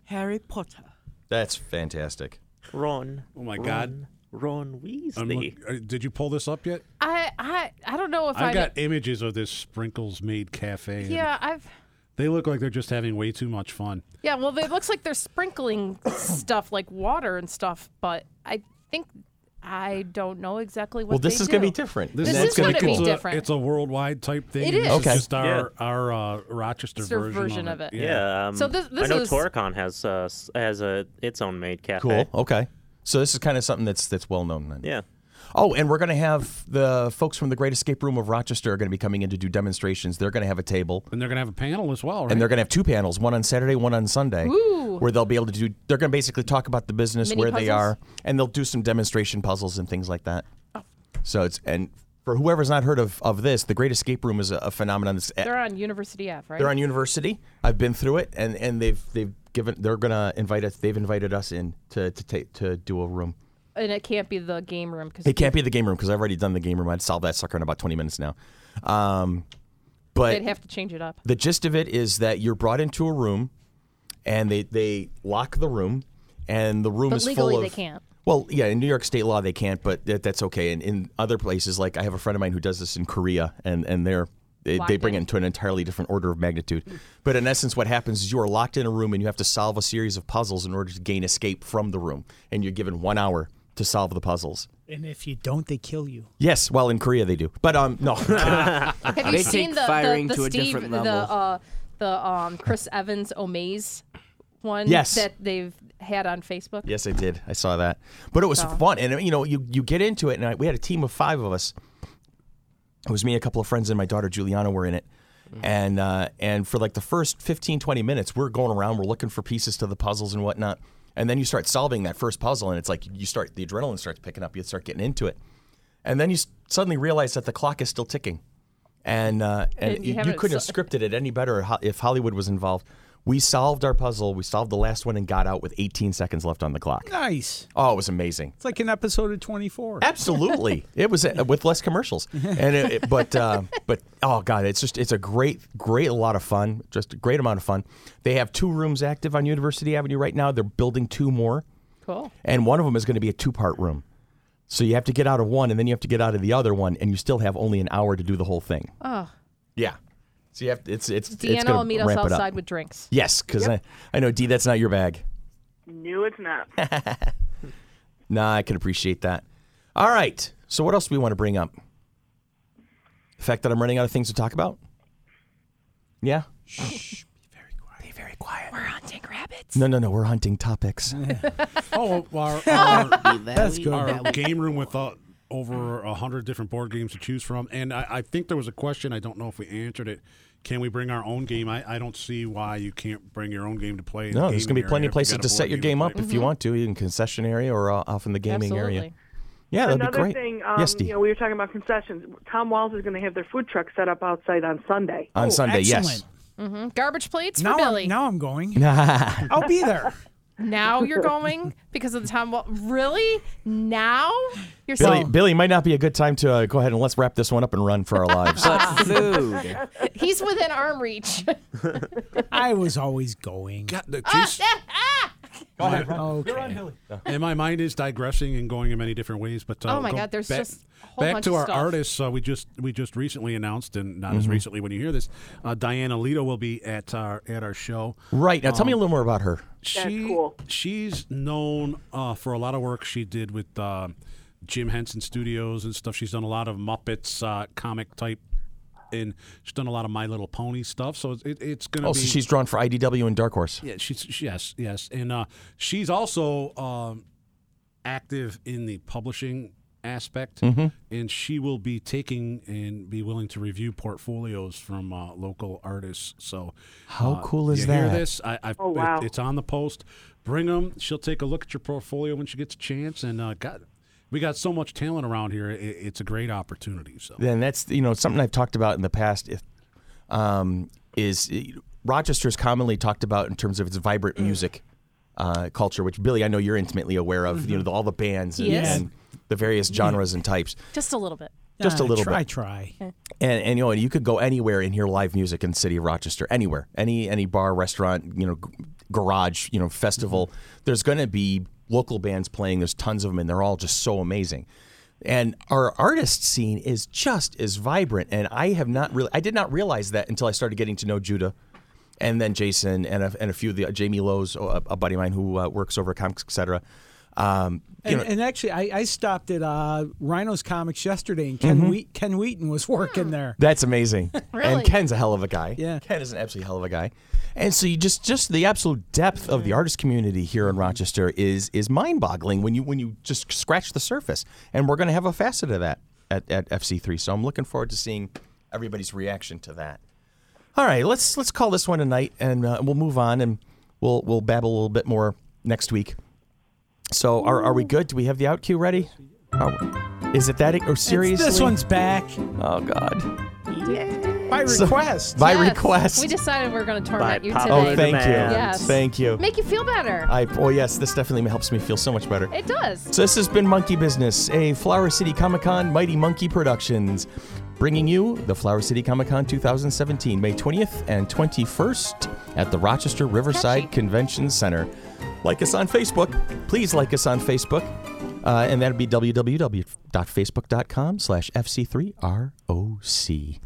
Speaker 7: Harry Potter.
Speaker 2: That's fantastic.
Speaker 1: Ron.
Speaker 3: Oh my God.
Speaker 1: Ron, Ron
Speaker 3: I'm
Speaker 1: Weasley.
Speaker 3: look- uh, did you pull this up yet?
Speaker 5: I, I I don't know if
Speaker 3: I've
Speaker 5: I
Speaker 3: got images of this Sprinkles Made Cafe. and
Speaker 5: Yeah, I've
Speaker 3: they look like they're just having way too much fun.
Speaker 5: yeah. Well, it looks like they're sprinkling stuff like water and stuff, but I think I don't know exactly what.
Speaker 2: Well, this
Speaker 5: they
Speaker 2: is gonna be
Speaker 5: do.
Speaker 2: different.
Speaker 5: This
Speaker 2: That's
Speaker 5: is
Speaker 2: gonna
Speaker 5: gonna be
Speaker 2: cool.
Speaker 3: It's a-
Speaker 5: different.
Speaker 3: It's a worldwide type thing.
Speaker 5: It
Speaker 3: and This
Speaker 2: is. Okay.
Speaker 3: is just our our uh, Rochester
Speaker 5: It's their
Speaker 3: version,
Speaker 5: version
Speaker 3: of,
Speaker 5: of it.
Speaker 1: yeah. Um,
Speaker 5: So this- this
Speaker 1: I know
Speaker 5: is-
Speaker 1: Torcon has uh, s- has a its own maid cafe.
Speaker 2: Cool. Okay. So this is kind of something that's that's well known then.
Speaker 1: Yeah.
Speaker 2: Oh, and we're going to have the folks from the Great Escape Room of Rochester are going to be coming in to do demonstrations. They're going to have a table,
Speaker 3: And they're gonna have a panel as well, right?
Speaker 2: and they're going to have two panels, one on Saturday, one on Sunday,
Speaker 5: Ooh.
Speaker 2: where they'll be able to do. They're going to basically talk about the business
Speaker 5: Mini
Speaker 2: where they
Speaker 5: puzzles? Oh.
Speaker 2: are, and they'll do some demonstration puzzles and things like that. So it's and for whoever's not heard of of this, the Great Escape Room is a, a phenomenon that's
Speaker 5: They're on University F, right?
Speaker 2: they're on university. I've been through it, and, and they've they've given they're gonna invite us. They've invited us in to to ta- to do a room.
Speaker 5: and it can't be the game room because
Speaker 2: It can't be the game room because I've already done the game room. I'd solve that sucker in about 20 minutes now. Um, but
Speaker 5: they'd have to change it up.
Speaker 2: the gist of it is that you're brought into a room and they, they lock the room and the room
Speaker 5: But
Speaker 2: is
Speaker 5: legally
Speaker 2: full of
Speaker 5: they can't.
Speaker 2: well yeah in new york state law they can't but that, that's okay and in other places like i have a friend of mine who does this in korea and and they're they,
Speaker 5: Locked
Speaker 2: they bring it
Speaker 5: in.
Speaker 2: into an entirely different order of magnitude but in essence what happens is you are locked in a room and you have to solve a series of puzzles in order to gain escape from the room and you're given one hour to solve the puzzles
Speaker 6: And if you don't, they kill you.
Speaker 2: yes well in korea they do but um no
Speaker 5: Have you
Speaker 7: Uh, They
Speaker 5: seen
Speaker 7: take
Speaker 5: the,
Speaker 7: firing
Speaker 5: the, the
Speaker 7: to a
Speaker 5: Steve,
Speaker 7: different
Speaker 5: the
Speaker 7: level.
Speaker 5: uh, the um, Chris Evans Omaze one
Speaker 2: Yes.
Speaker 5: that they've had on Facebook?
Speaker 2: Yes, I did. I saw that, but it was fun, and you know, you you get into it, and I, we had a team of five of us. It was me, a couple of friends, and my daughter Juliana were in it, and uh, and for like the first 15, 20 minutes, we're going around, we're looking for pieces to the puzzles and whatnot, and then you start solving that first puzzle, and it's like you start the adrenaline starts picking up, you start getting into it, and then you s- suddenly realize that the clock is still ticking, and uh, and,
Speaker 5: And you
Speaker 2: you, you
Speaker 5: haven't
Speaker 2: couldn't have
Speaker 5: sol-
Speaker 2: scripted it any better ho- if Hollywood was involved. We solved our puzzle. We solved the last one and got out with 18 seconds left on the clock.
Speaker 6: Nice.
Speaker 2: Oh, it was amazing.
Speaker 6: It's like an episode of 24.
Speaker 2: Absolutely, it was uh, with less commercials, and it, it- but uh, but oh god, it's just it's a great great a lot of fun, just a great amount of fun. They have two rooms active on University Avenue right now. They're building two more,
Speaker 5: Cool.
Speaker 2: and one of them is going to be a two part room. So you have to get out of one, and then you have to get out of the other one, and you still have only an hour to do the whole thing. Oh, yeah. So you have to, it's it's it's
Speaker 5: Deanna
Speaker 2: gonna
Speaker 5: will meet us
Speaker 2: ramp it up.
Speaker 5: outside with drinks.
Speaker 2: Yes, because I, I know D, that's not your bag.
Speaker 4: No, it's not.
Speaker 2: Nah, I can appreciate that. All right. So what else do we want to bring up? The fact that I'm running out of things to talk about? Yeah? Shh. Be very quiet. Be very quiet.
Speaker 5: We're hunting rabbits.
Speaker 2: No, no, no. We're hunting topics.
Speaker 3: Oh, our, our,
Speaker 7: That's good.
Speaker 3: our game room with uh, over a hundred different board games to choose from, and I, I think there was a question. I don't know if we answered it. Can we bring our own game? I, I don't see why you can't bring your own game to play. in
Speaker 2: No,
Speaker 3: the
Speaker 2: there's
Speaker 3: gaming
Speaker 2: going to be plenty of
Speaker 3: area if you
Speaker 2: places
Speaker 3: got a
Speaker 2: to
Speaker 3: board
Speaker 2: set your
Speaker 3: to
Speaker 2: game up
Speaker 3: play.
Speaker 4: Mm-hmm.
Speaker 2: if you want to, in concession area or uh, off in the gaming
Speaker 5: Absolutely.
Speaker 2: area. Yeah, that'd
Speaker 4: Another
Speaker 2: be great.
Speaker 4: thing, um,
Speaker 2: yes, Dee.
Speaker 4: you know, we were talking about concessions. Tom Walls is going to have their food truck set up outside on Sunday.
Speaker 2: On Sunday, yes.
Speaker 6: excellent.
Speaker 5: Mm, Garbage plates for
Speaker 6: Now
Speaker 5: Billy.
Speaker 6: I'm, now I'm going. I'll be there.
Speaker 5: Now you're going because of the time. Well, really? Now you're
Speaker 2: Billy,
Speaker 5: so
Speaker 2: Billy might not be a good time to uh, go ahead and let's wrap this one up and run for our lives.
Speaker 7: But food.
Speaker 5: he's within arm reach.
Speaker 6: I was always going.
Speaker 3: God,
Speaker 5: Oh,
Speaker 3: the juice-
Speaker 6: Okay.
Speaker 3: and my mind is digressing and going in many different ways. But uh,
Speaker 5: Oh my
Speaker 3: go
Speaker 5: God, there's
Speaker 3: back,
Speaker 5: just a whole
Speaker 3: back
Speaker 5: bunch
Speaker 3: to
Speaker 5: of
Speaker 3: our
Speaker 5: stuff.
Speaker 3: artists. Uh, we just we just recently announced, and not
Speaker 2: Mm-hmm.
Speaker 3: as recently when you hear this, uh, Diana Lito will be at our at our show.
Speaker 2: right. Now, tell me a little more about her.
Speaker 4: That's
Speaker 3: she,
Speaker 4: cool.
Speaker 3: She's known uh, for a lot of work she did with uh, Jim Henson Studios and stuff. She's done a lot of Muppets uh, comic type, and she's done a lot of My Little Pony stuff. So it, it's going to
Speaker 2: Oh,
Speaker 3: be.
Speaker 2: so she's drawn for IDW and Dark Horse.
Speaker 3: yeah, she's she- yes, yes, and uh, she's also um, active in the publishing aspect,
Speaker 2: Mm-hmm.
Speaker 3: and she will be taking and be willing to review portfolios from uh, local artists. So
Speaker 2: How
Speaker 3: uh,
Speaker 2: cool is
Speaker 3: you
Speaker 2: that?
Speaker 3: Hear this? I, I,
Speaker 4: Oh,
Speaker 3: it-
Speaker 4: wow.
Speaker 3: it's on the post. Bring them. She'll take a look at your portfolio when she gets a chance. And uh, God, we got so much talent around here. It, it's a great opportunity. So
Speaker 2: then that's you know something I've talked about in the past. If um, is Rochester is commonly talked about in terms of its vibrant music uh, culture, which Billy, I know you're intimately aware of. You know the, all the bands and,
Speaker 5: He is.
Speaker 2: and the various genres and types.
Speaker 5: Just a little bit.
Speaker 2: Just a
Speaker 6: Ah,
Speaker 2: little
Speaker 6: try,
Speaker 2: bit.
Speaker 6: Try,
Speaker 2: And, and you know and you could go anywhere and hear live music in the city of Rochester, anywhere, any any bar, restaurant, you know, g- garage, you know, festival.
Speaker 6: Mm-hmm.
Speaker 2: There's going to be local bands playing. There's tons of them, and they're all just so amazing. And our artist scene is just as vibrant. And I have not really, I did not realize that until I started getting to know Judah and then Jason and a, and a few of the Jamie Lowe's, a, a buddy of mine who uh, works over at Comics, etc. Um, you
Speaker 6: And,
Speaker 2: know,
Speaker 6: and actually, I, I stopped at uh, Rhino's Comics yesterday, and Ken, Wheat, Ken Wheaton was
Speaker 5: Oh.
Speaker 6: working there.
Speaker 2: That's amazing.
Speaker 5: Really?
Speaker 2: And Ken's a hell of a guy.
Speaker 6: Yeah.
Speaker 2: Ken is an absolute hell of a guy. And so you just just the absolute depth of the artist community here in Rochester is is mind-boggling when you when you just scratch the surface. And we're going to have a facet of that at, at FC3. So I'm looking forward to seeing everybody's reaction to that. All right, let's let's call this one a night and uh, we'll move on and we'll we'll babble a little bit more next week. So are, are we good? Do we have the out cue ready? Are we- is it that or
Speaker 6: It's-
Speaker 2: seriously?
Speaker 6: This one's back.
Speaker 2: Oh God.
Speaker 8: By
Speaker 2: Oh, So-
Speaker 8: request.
Speaker 2: by
Speaker 5: Yes,
Speaker 2: request.
Speaker 5: We decided we are going to torment
Speaker 1: By
Speaker 5: you today.
Speaker 1: popular
Speaker 2: oh, thank you.
Speaker 1: Demand.
Speaker 5: Yes.
Speaker 2: Thank you.
Speaker 5: Make you feel better.
Speaker 2: I oh yes, this definitely helps me feel so much better.
Speaker 5: it does.
Speaker 2: So this has been Monkey Business, a Flower City Comic Con Mighty Monkey Productions, bringing you the Flower City Comic Con 2017, May 20th and 21st at the Rochester Riverside
Speaker 5: Catchy.
Speaker 2: Convention Center. Like us on Facebook. Please like us on Facebook. Uh, and that'd be www.facebook.com slash FC3ROC.